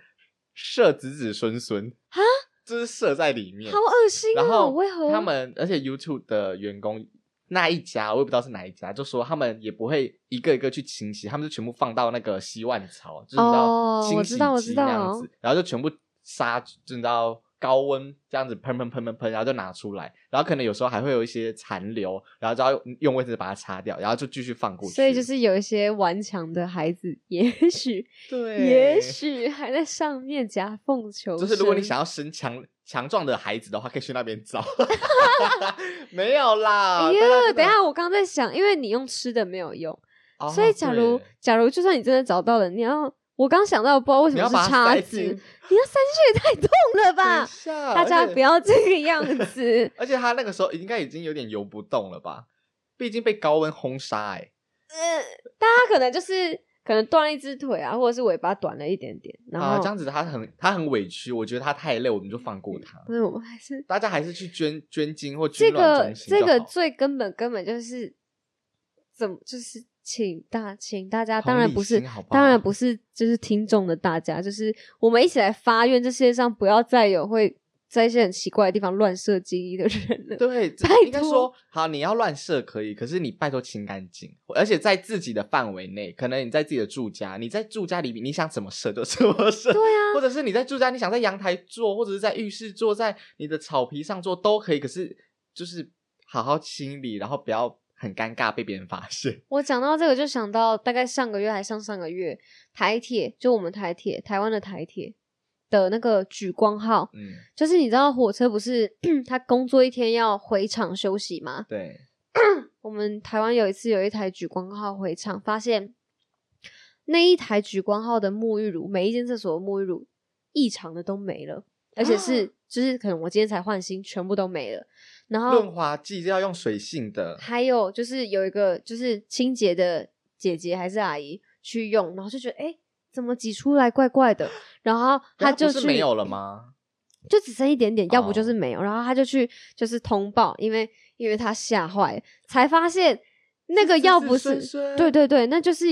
Speaker 3: 射子子孙孙
Speaker 1: 啊，
Speaker 3: 就是射在里面，
Speaker 1: 好恶心
Speaker 3: 然
Speaker 1: 哦！
Speaker 3: 后
Speaker 1: 为何
Speaker 3: 他们，而且 YouTube 的员工那一家，我也不知道是哪一家，就说他们也不会一个一个去清洗，他们就全部放到那个洗碗槽，就是你知
Speaker 1: 哦
Speaker 3: 道
Speaker 1: 我
Speaker 3: 清
Speaker 1: 知
Speaker 3: 洗
Speaker 1: 道我知
Speaker 3: 机那样
Speaker 1: 道
Speaker 3: 子，然后就全部杀，就你知道高温这样子喷喷喷喷喷，然后就拿出来，然后可能有时候还会有一些残留，然后就要用卫生纸把它擦掉，然后就继续放过去。
Speaker 1: 所以就是有一些顽强的孩子，也许
Speaker 3: 对，
Speaker 1: 也许还在上面夹缝求生。
Speaker 3: 就是如果你想要生强强壮的孩子的话，可以去那边找。 [LAUGHS] 没有啦，
Speaker 1: 哎呀
Speaker 3: 大家真的，
Speaker 1: 等一下，我刚刚在想，因为你用吃的没有用，
Speaker 3: 哦
Speaker 1: 所以假如
Speaker 3: 对
Speaker 1: 假如就算你真的找到了，你要我刚想到，不知道为什
Speaker 3: 你
Speaker 1: 么
Speaker 3: 要
Speaker 1: 是
Speaker 3: 把它
Speaker 1: 叉
Speaker 3: 塞
Speaker 1: 子，
Speaker 3: 进啊
Speaker 1: 你要 [LAUGHS] 塞进去也太痛了吧！大
Speaker 3: 大，
Speaker 1: 家不。要这个样子
Speaker 3: [LAUGHS] 而且他那个时候应该已经有点游不动了吧？毕竟被高温轰杀、欸，
Speaker 1: 呃大家可能就是可能断了一只腿啊，或者是尾巴短了一点点，然后
Speaker 3: 啊，这样子他很他很委屈，我觉得他太累，我们就放过他。
Speaker 1: 那我们还是
Speaker 3: 大家还是去捐捐精或
Speaker 1: 嗯这
Speaker 3: 捐卵
Speaker 1: 个
Speaker 3: 中心
Speaker 1: 这
Speaker 3: 就好
Speaker 1: 个最根本根本就是怎么就是请大请大家，
Speaker 3: 同
Speaker 1: 当然
Speaker 3: 理
Speaker 1: 不是
Speaker 3: 心好不
Speaker 1: 当然
Speaker 3: 好
Speaker 1: 不是就是听众的大家，就是我们一起来发愿，这世界上不要再有会在一些很奇怪的地方乱射精液的人了。 [LAUGHS]
Speaker 3: 对，这
Speaker 1: 拜
Speaker 3: 应该
Speaker 1: 托
Speaker 3: 说好，你要乱射可以，可是你拜托清干净，而且在自己的范围内，可能你在自己的住家，你在住家里你想怎么射就怎么射，
Speaker 1: 对啊
Speaker 3: 或者是你在住家你想在阳台坐，或者是在浴室坐，在你的草皮上坐都可以，可是就是好好清理，然后不要很尴尬被别人发现。
Speaker 1: 我讲到这个，就想到大概上个月还上上个月，台铁就我们台铁台湾的台铁的那个莒光号，
Speaker 3: 嗯，
Speaker 1: 就是你知道火车不是 [CLEARS THROAT] 它工作一天要回厂休息吗？
Speaker 3: 对，
Speaker 1: 我们台湾有一次有一台举光号回厂，发现那一台举光号的沐浴乳，每一间厕所的沐浴乳异常的都没了，而且是、就是可能我今天才换新，全部都没了。然
Speaker 3: 润
Speaker 1: 后
Speaker 3: 滑剂是要用水性的，
Speaker 1: 还有就是有一个就是清洁的姐姐还是阿姨去用，然后就觉得哎、诶怎么挤出来怪怪的，然后她
Speaker 3: 它
Speaker 1: 就
Speaker 3: 不
Speaker 1: 去
Speaker 3: 是没有了吗？
Speaker 1: 就只剩一点点，要不
Speaker 3: 哦
Speaker 1: 就是没有。然后他就去就是通报，因为因为他吓坏了，才发现那个要不是
Speaker 3: 子子孙孙
Speaker 1: 对对对，那就是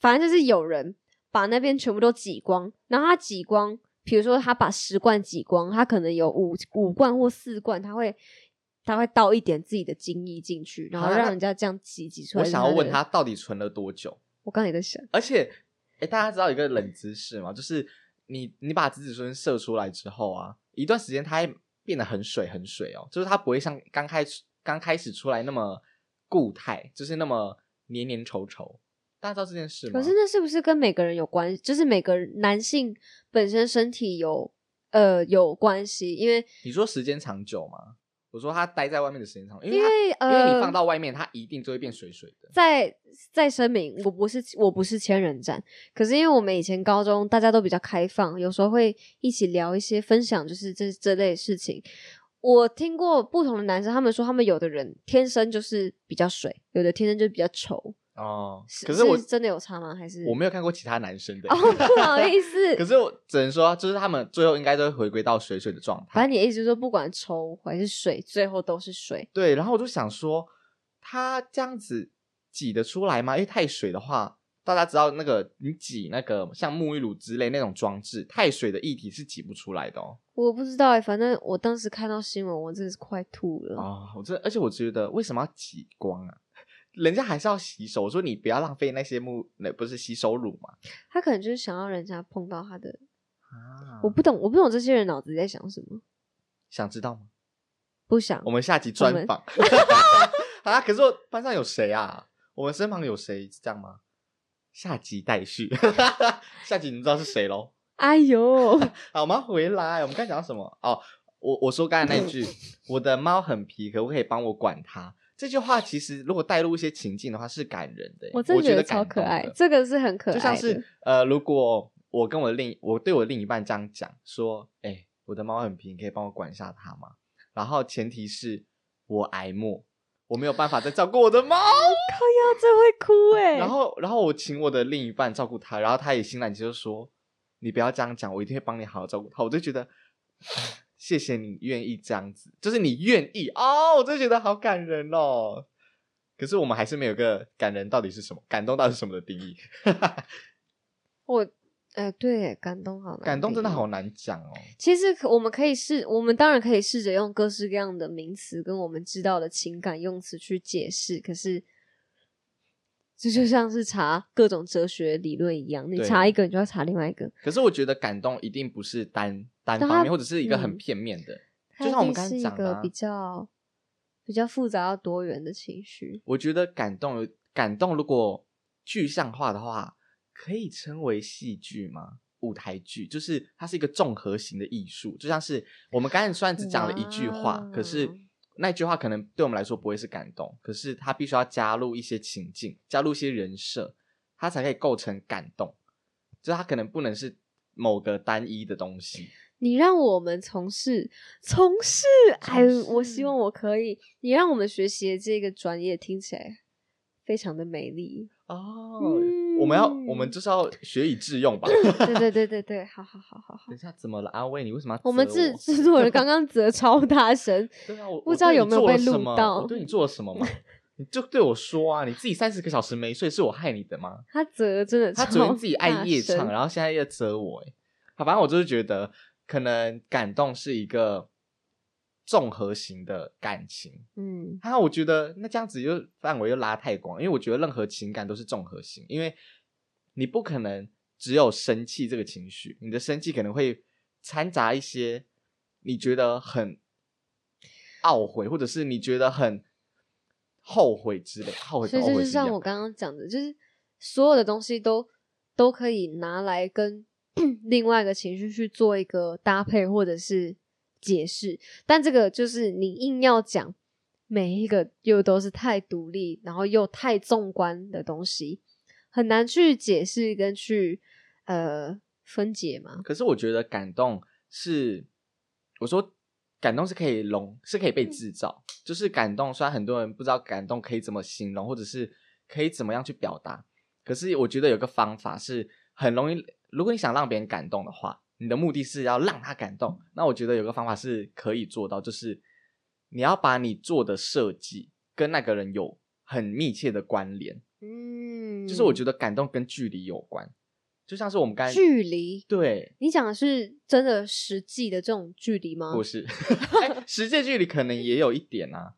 Speaker 1: 反正就是有人把那边全部都挤光，然后他挤光，比如说他把十罐挤光，他可能有五五罐或四罐，他会。他会倒一点自己的精液进去，然后
Speaker 3: 啊
Speaker 1: 让
Speaker 3: 那
Speaker 1: 人家这样挤挤出来。
Speaker 3: 我想要问他
Speaker 1: 他的，
Speaker 3: 到底存了多久？
Speaker 1: 我刚才也在想，
Speaker 3: 而且，哎，大家知道一个冷知识吗？就是你你把子子孙孙射出来之后啊，一段时间它会变得很水很水哦，就是它不会像刚开始刚开始出来那么固态，就是那么黏黏稠稠。大家知道这件事吗？
Speaker 1: 可是那是不是跟每个人有关？就是每个人男性本身身体有呃有关系，因为
Speaker 3: 你说时间长久吗？我说他待在外面的时间长，因为
Speaker 1: 因
Speaker 3: 他
Speaker 1: 为
Speaker 3: 因为你
Speaker 1: 呃
Speaker 3: 放，到外面，它一定就会变水水的。
Speaker 1: 再再声明，我不是我不是千人斩，可是因为我们以前高中大家都比较开放，有时候会一起聊一些分享，就是这这类事情。我听过不同的男生，他们说他们有的人天生就是比较水，有的天生就比较丑，
Speaker 3: 哦，
Speaker 1: 是
Speaker 3: 可是我
Speaker 1: 真的有差吗？还是
Speaker 3: 我没有看过其他男生的。
Speaker 1: 哦，不好意思，
Speaker 3: [LAUGHS] 可是我只能说，就是他们最后应该都会回归到水水的状态。
Speaker 1: 反正你的意思就是说，不管稠还是水，最后都是水。
Speaker 3: 对，然后我就想说，他这样子挤得出来吗？因为太水的话，大家知道那个你挤那个像沐浴乳之类那种装置，太水的液体是挤不出来的哦。
Speaker 1: 我不知道哎、反正我当时看到新闻，我真的是快吐了。
Speaker 3: 啊、我真的，而且我觉得为什么要挤光啊？ [LAUGHS] 人家还是要洗手，我说你不要浪费那些沐，那不是洗手乳嘛？
Speaker 1: 他可能就是想要人家碰到他的，
Speaker 3: 啊
Speaker 1: 我不懂，我不懂这些人脑子里在想什么，
Speaker 3: 想知道吗？
Speaker 1: 不想
Speaker 3: 我。们下集
Speaker 1: 我
Speaker 3: 专
Speaker 1: 们
Speaker 3: 访
Speaker 1: [LAUGHS]
Speaker 3: 啊！可是我班上有谁啊？我们身旁有谁是这样吗？下集待续， [LAUGHS] 下集你知道是谁喽？
Speaker 1: 哎
Speaker 3: [LAUGHS]
Speaker 1: 呦，
Speaker 3: 好，我们要回来，我们刚才讲到什么？哦，我我说刚才那
Speaker 1: 嗯
Speaker 3: 句，我的猫很皮，可不可以帮我管它？这句话其实如果带入一些情境的话，是感人的耶。
Speaker 1: 我
Speaker 3: 我
Speaker 1: 真的
Speaker 3: 觉
Speaker 1: 觉
Speaker 3: 得
Speaker 1: 得
Speaker 3: 感
Speaker 1: 超可
Speaker 3: 动
Speaker 1: 爱
Speaker 3: 的，
Speaker 1: 这个是很可爱
Speaker 3: 就
Speaker 1: 的，
Speaker 3: 像是呃，如果我跟我另我对我另一半这样讲说，哎、我的猫很皮，你可以帮我管一下它吗？然后前提是我挨骂，我没有办法再照顾我的猫，
Speaker 1: 靠腰真会哭哎、
Speaker 3: 然后然后我请我的另一半照顾它，然后他也欣然接受说，你不要这样讲，我一定会帮你好好照顾它。我就觉得。 [SIGHS] 谢谢你愿意这样子，就是你愿意哦，我就觉得好感人哦。可是我们还是没有一个感人到底是什么，感动到底是什么的定义。
Speaker 1: 我哎、对耶，感动好难，
Speaker 3: 感动真的好。难讲哦。
Speaker 1: 其实可我们可以试，我们当然可以试着用各式各样的名词跟我们知道的情感用词去解释，可是这就像是查各种哲学理论一样，你
Speaker 3: 对
Speaker 1: 查一个，你就要查另外一个。
Speaker 3: 可是我觉得感动一定不是单
Speaker 1: 但
Speaker 3: 单方
Speaker 1: 它
Speaker 3: 面，或者是一个很
Speaker 1: 嗯
Speaker 3: 片面的。
Speaker 1: 它
Speaker 3: 就像
Speaker 1: 一
Speaker 3: 我们
Speaker 1: 定
Speaker 3: 刚
Speaker 1: 是
Speaker 3: 才
Speaker 1: 一
Speaker 3: 讲的
Speaker 1: 个
Speaker 3: 啊
Speaker 1: 比较比较复杂要多元的情绪。
Speaker 3: 我觉得感动有，感动如果具象化的话，可以称为戏剧吗？舞台剧就是它是一个综合型的艺术，就像是我们刚才虽然只讲了一句话
Speaker 1: 哇，
Speaker 3: 可是那句话可能对我们来说不会是感动，可是它必须要加入一些情境，加入一些人设，它才可以构成感动。就是它可能不能是某个单一的东西。
Speaker 1: 你让我们从事从事，哎，
Speaker 3: 从
Speaker 1: 我
Speaker 3: 事
Speaker 1: 希望我可以。你让我们学习的这个专业听起来非常的美丽。
Speaker 3: 哦，我们要，我们
Speaker 1: 嗯
Speaker 3: 就是要学以致用吧。
Speaker 1: 对对对对对，好好好好好。
Speaker 3: 等一下，怎么了？阿威，你为什么要责
Speaker 1: 我们制
Speaker 3: 我
Speaker 1: 制
Speaker 3: [LAUGHS]
Speaker 1: 作人刚刚责超大声，
Speaker 3: 对啊，我
Speaker 1: 不
Speaker 3: 我
Speaker 1: 知道
Speaker 3: 对
Speaker 1: 有
Speaker 3: 你
Speaker 1: 没有
Speaker 3: 做了
Speaker 1: 被
Speaker 3: 什
Speaker 1: 录
Speaker 3: 么
Speaker 1: 到
Speaker 3: 我对你做了什么吗？你就对我说啊，你自己三十个小时没睡，是我害你的吗？
Speaker 1: 他责真的超
Speaker 3: 他
Speaker 1: 大
Speaker 3: 昨天自己爱夜唱，
Speaker 1: 声
Speaker 3: 然后现在又责我、欸，好，反正我就是觉得，可能感动是一个综合型的感情。
Speaker 1: 嗯，
Speaker 3: 然后啊我觉得那这样子又范围又拉太广，因为我觉得任何情感都是综合性，因为你不可能只有生气这个情绪，你的生气可能会掺杂一些你觉得很懊悔，或者是你觉得很后悔之类，后悔
Speaker 1: 所以
Speaker 3: 跟懊
Speaker 1: 这就
Speaker 3: 悔
Speaker 1: 是
Speaker 3: 一
Speaker 1: 像
Speaker 3: 样
Speaker 1: 我
Speaker 3: 的
Speaker 1: 刚刚讲的，就是所有的东西都都可以拿来跟 [CLEARS THROAT] 另外一个情绪去做一个搭配或者是解释，但这个就是你硬要讲每一个又都是太独立，然后又太纵观的东西，很难去解释跟去呃分解嘛。
Speaker 3: 可是我觉得感动是，我说感动是可以容，是可以
Speaker 1: 嗯
Speaker 3: 被制造。就是感动，虽然很多人不知道感动可以怎么形容，或者是可以怎么样去表达，可是我觉得有个方法是很容易。如果你想让别人感动的话，你的目的是要让他感动。那我觉得有个方法是可以做到，就是你要把你做的设计跟那个人有很密切的关联。
Speaker 1: 嗯，
Speaker 3: 就是我觉得感动跟距离有关，就像是我们刚才
Speaker 1: 距离，
Speaker 3: 对
Speaker 1: 你讲的是真的实际的这种距离吗？
Speaker 3: 不是，哎，实际距离可能也有一点啊。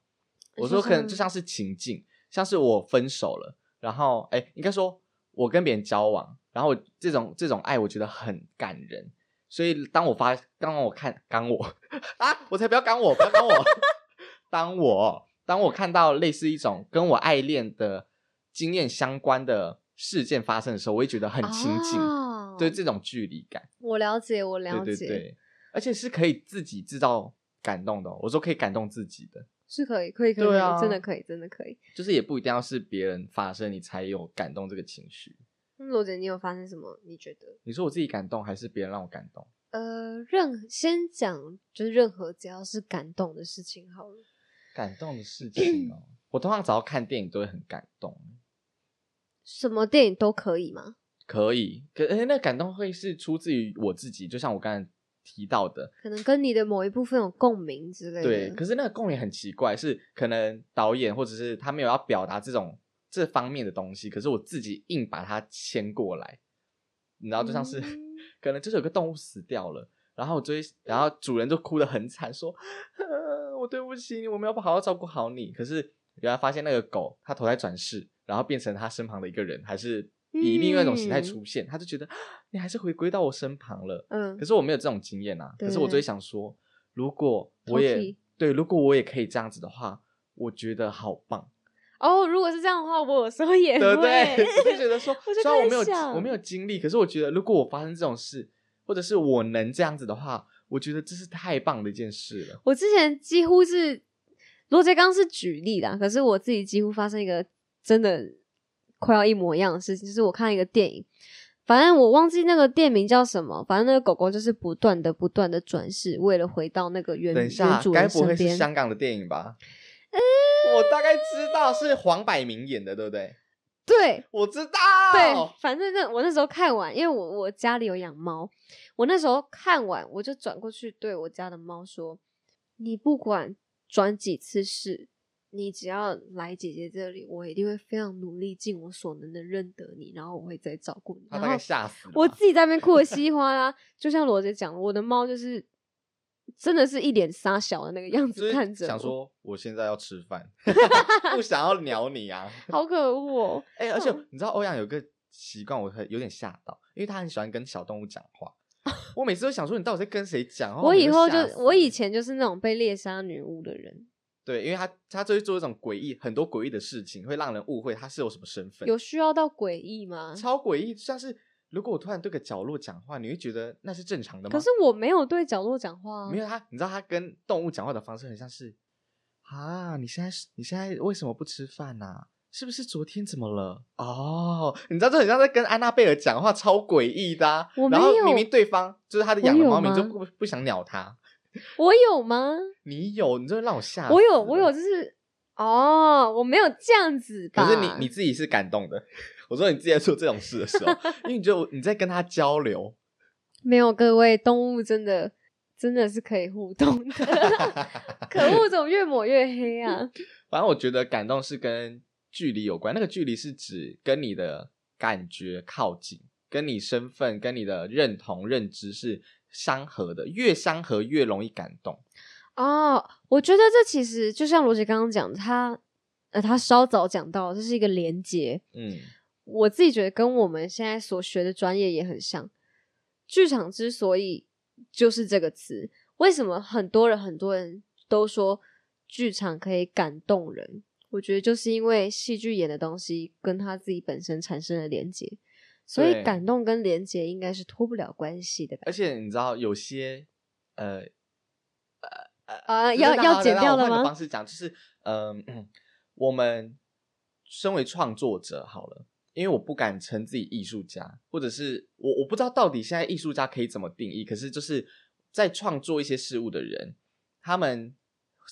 Speaker 1: 你
Speaker 3: 我
Speaker 1: 说
Speaker 3: 说可能
Speaker 1: 像
Speaker 3: 就像是情境，像是我分手了，然后哎，应该说我跟别人交往，然后这种这种爱我觉得很感人，所以当我 [LAUGHS] 发，当我看，刚我啊，我才不要刚我，不要刚我，当我当我看到类似一种跟我爱恋的经验相关的事件发生的时候，我会觉得很亲近，
Speaker 1: 啊
Speaker 3: 对这种距离感，
Speaker 1: 我了解，我了
Speaker 3: 对
Speaker 1: 解，
Speaker 3: 对对，而且是可以自己制造感动的哦、我说可以感动自己的，
Speaker 1: 是可以，可以，可以，
Speaker 3: 对啊
Speaker 1: 真的可以，真的可以。
Speaker 3: 就是也不一定要是别人发生你才有感动这个情绪。
Speaker 1: 那罗姐，你有发生什么？你觉得？
Speaker 3: 你说我自己感动，还是别人让我感动？
Speaker 1: 呃，任先讲，就是任何只要是感动的事情好了。
Speaker 3: 感动的事情
Speaker 1: [CLEARS THROAT]
Speaker 3: 哦，我通常只要看电影都会很感动。
Speaker 1: 什么电影都可以吗？
Speaker 3: 可以，可哎、那感动会是出自于我自己，就像我刚才提到的，
Speaker 1: 可能跟你的某一部分有共鸣之类的。
Speaker 3: 对。可是那个共鸣很奇怪，是可能导演或者是他没有要表达这种这方面的东西，可是我自己硬把它牵过来，你知道，就像是、
Speaker 1: 嗯
Speaker 3: 可能就是有个动物死掉了，然后我追，然后主人就哭得很惨，说：“呃、我对不起你，我没有好好照顾好你。”可是原来发现那个狗它投胎转世，然后变成它身旁的一个人，还是以另外一种形态出现，它就觉得啊你还是回归到我身旁了。
Speaker 1: 嗯
Speaker 3: 可，是我没有这种经验啊，
Speaker 1: 对
Speaker 3: 可是我就会想说，如果我
Speaker 1: 偷
Speaker 3: 也
Speaker 1: 袭
Speaker 3: 对，如果我也可以这样子的话，我觉得好棒。
Speaker 1: 哦，如果是这样的话，我有时候也
Speaker 3: [LAUGHS] 对
Speaker 1: 会，，
Speaker 3: 不对？我就觉得说
Speaker 1: [LAUGHS] 我就
Speaker 3: 虽然我没有
Speaker 1: 开始想
Speaker 3: 我没有经历，可是我觉得如果我发生这种事，或者是我能这样子的话，我觉得这是太棒的一件事了。
Speaker 1: 我之前几乎是罗杰刚是举例啦，可是我自己几乎发生一个真的快要一模一样的事情，就是我看一个电影，反正我忘记那个店名叫什么，反正那个狗狗就是不断的不断的转世，为了回到那个原
Speaker 3: 等一下
Speaker 1: 原嗯主，
Speaker 3: 该
Speaker 1: 人
Speaker 3: 不会
Speaker 1: 身
Speaker 3: 是
Speaker 1: 边。嗯
Speaker 3: 香港的电影吧？我大概知道是黄百鸣演的，对不对？
Speaker 1: 对，
Speaker 3: 我知道，哦
Speaker 1: 对，反正那我那时候看完，因为我我家里有养猫，我那时候看完我就转过去对我家的猫说：“你不管转几次世，你只要来姐姐这里，我一定会非常努力，尽我所能的认得你，然后我会再照顾你。”
Speaker 3: 他
Speaker 1: 然
Speaker 3: 大概
Speaker 1: 后
Speaker 3: 吓死了吧。
Speaker 1: 我自己在那边哭的稀里哗啦，就像罗姐讲的，我的猫就是真的是一脸傻小的那个样
Speaker 3: 就
Speaker 1: 子看
Speaker 3: 是
Speaker 1: 着我，
Speaker 3: 想说，我现在要吃
Speaker 1: [LAUGHS]
Speaker 3: 饭，不想要鸟你啊。
Speaker 1: 好可恶、哦。
Speaker 3: 哎、而且你知道欧阳有个习惯，我很有点吓到，因为他很喜欢跟小动物讲
Speaker 1: [LAUGHS]
Speaker 3: 话。我每次都想说，你到底在跟谁讲？然后
Speaker 1: 我
Speaker 3: 每
Speaker 1: 以
Speaker 3: 次
Speaker 1: 后就
Speaker 3: 哦吓死
Speaker 1: 我以前就是那种被猎杀女巫的人，
Speaker 3: 对，因为他他就会做一种诡异，很多诡异的事情，会让人误会他是有什么身份，
Speaker 1: 有需要到诡异吗？
Speaker 3: 超诡异。像是如果我突然对个角落讲话，你会觉得那是正常的吗？
Speaker 1: 可是我没有对角落讲话、啊，
Speaker 3: 没有他，你知道他跟动物讲话的方式很像是啊，你现在是你现在为什么不吃饭呐、是不是昨天怎么了？哦，你知道这很像在跟安娜贝尔讲话，超诡异的啊、
Speaker 1: 我
Speaker 3: 然后
Speaker 1: 没有
Speaker 3: 明明对方就是他的
Speaker 1: 我
Speaker 3: 养的
Speaker 1: 有
Speaker 3: 猫咪，
Speaker 1: 吗
Speaker 3: 就不不想鸟他。
Speaker 1: 我有吗？
Speaker 3: 你有，你真的让我吓。
Speaker 1: 我有，我有，。就是哦，我没有这样子吧？
Speaker 3: 可是你你自己是感动的。 [LAUGHS] 我说你自己在做这种事的时候，因为你就你在跟他交流，
Speaker 1: 没有，各位动物真的真的是可以互
Speaker 3: [LAUGHS]
Speaker 1: 动的，可恶，怎么越抹越黑啊？
Speaker 3: 反正我觉得感动是跟距离有关，那个距离是指跟你的感觉靠近，跟你身份、跟你的认同、认知是相合的，越相合越容易感动。
Speaker 1: 哦，我觉得这其实就像罗杰刚刚讲，的，他呃，他稍早讲到，这是一个连接，
Speaker 3: 嗯，
Speaker 1: 我自己觉得跟我们现在所学的专业也很像。剧场之所以就是这个词，为什么很多人很多人都说剧场可以感动人？我觉得就是因为戏剧演的东西跟他自己本身产生了连接，所以
Speaker 3: 对
Speaker 1: 感动跟连接应该是脱不了关系的吧？
Speaker 3: 而且你知道有些呃
Speaker 1: 啊、
Speaker 3: 就是
Speaker 1: 要
Speaker 3: 那
Speaker 1: 要
Speaker 3: 好
Speaker 1: 剪
Speaker 3: 那
Speaker 1: 掉
Speaker 3: 我
Speaker 1: 了
Speaker 3: 换个方
Speaker 1: 吗？
Speaker 3: 式讲就是，嗯、我们身为创作者好了，因为我不敢称自己艺术家，或者是我我不知道到底现在艺术家可以怎么定义，可是就是在创作一些事物的人，他们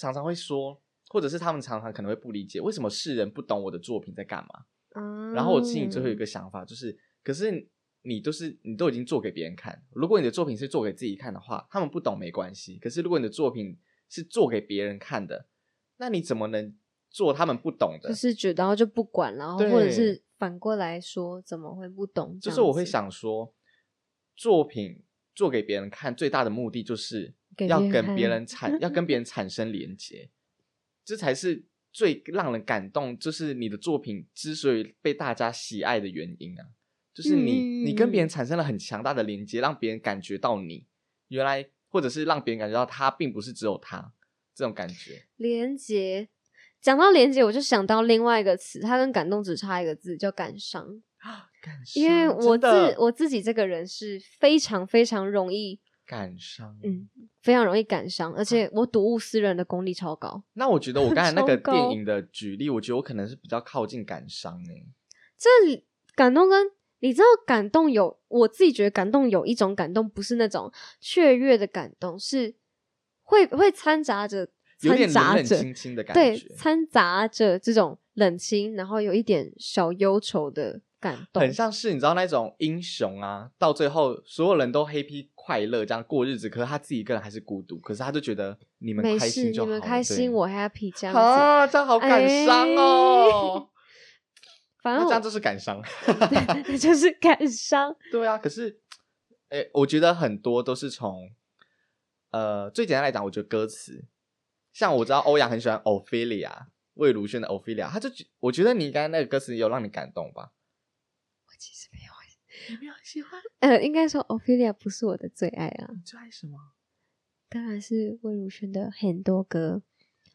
Speaker 3: 常常会说，或者是他们常常可能会不理解，为什么世人不懂我的作品在干嘛？
Speaker 1: 啊
Speaker 3: 然后我心里最后有一个想法，就是，可是你都是你都已经做给别人看，如果你的作品是做给自己看的话，他们不懂没关系。可是如果你的作品是做给别人看的，那你怎么能做他们不懂的？
Speaker 1: 就是觉得然后就不管，然后或者
Speaker 3: 对
Speaker 1: 是反过来说，怎么会不懂？这
Speaker 3: 就是
Speaker 1: 样
Speaker 3: 我会
Speaker 1: 子
Speaker 3: 想说，作品做给别人看最大的目的就是
Speaker 1: 给
Speaker 3: 要
Speaker 1: 别人
Speaker 3: 跟别
Speaker 1: 看
Speaker 3: 人产，要跟别人产生连接，这才是最让人感动，就是你的作品之所以被大家喜爱的原因啊，就是你、你跟别
Speaker 1: 嗯
Speaker 3: 人产生了很强大的连接，让别人感觉到你原来，或者是让别人感觉到他并不是只有他这种感觉。
Speaker 1: 连接。讲到连接，我就想到另外一个词，它跟感动只差一个字，叫感伤。
Speaker 3: 感伤，
Speaker 1: 因为我
Speaker 3: 真
Speaker 1: 自
Speaker 3: 的
Speaker 1: 我自己这个人是非常非常容易，
Speaker 3: 感伤，
Speaker 1: 嗯，非常容易感伤，而且我睹物思人的功力超高。
Speaker 3: 那我觉得我刚才
Speaker 1: [LAUGHS]
Speaker 3: 那个
Speaker 1: 糟糕
Speaker 3: 电影的举例，我觉得我可能是比较靠近感伤欸诶、
Speaker 1: 这里感动跟你知道感动有，我自己觉得感动有一种感动，不是那种雀跃的感动，是会会掺杂着
Speaker 3: 有
Speaker 1: 掺
Speaker 3: 点冷
Speaker 1: 杂
Speaker 3: 冷
Speaker 1: 着
Speaker 3: 清清的感
Speaker 1: 对
Speaker 3: 觉，
Speaker 1: 掺杂着这种冷清，然后有一点小忧愁的感动，
Speaker 3: 很像是你知道那种英雄啊，到最后所有人都 happy 快乐这样过日子，可是他自己一个人还是孤独，可是他就觉得你们
Speaker 1: 没
Speaker 3: 开
Speaker 1: 事，
Speaker 3: 心就
Speaker 1: 你
Speaker 3: 好
Speaker 1: 们
Speaker 3: 了，
Speaker 1: 开
Speaker 3: 对
Speaker 1: 心，我 happy 这样子。哎
Speaker 3: 啊，这样好感伤哦。
Speaker 1: 反
Speaker 3: 那
Speaker 1: 正
Speaker 3: 这样
Speaker 1: 我
Speaker 3: 就是感伤，
Speaker 1: [LAUGHS] 对就是感伤，
Speaker 3: 对啊。可是，哎、我觉得很多都是从，呃，最简单来讲，我觉得歌词，像我知道欧阳很喜欢 Ophelia，魏如萱的 Ophelia，他就觉我觉得你刚才那个歌词有让你感动吧？
Speaker 1: 其实没有没有喜欢。呃，应该说 Ophelia 不是我的最爱啊，
Speaker 3: 你最爱什么？
Speaker 1: 当然是魏如萱的很多歌，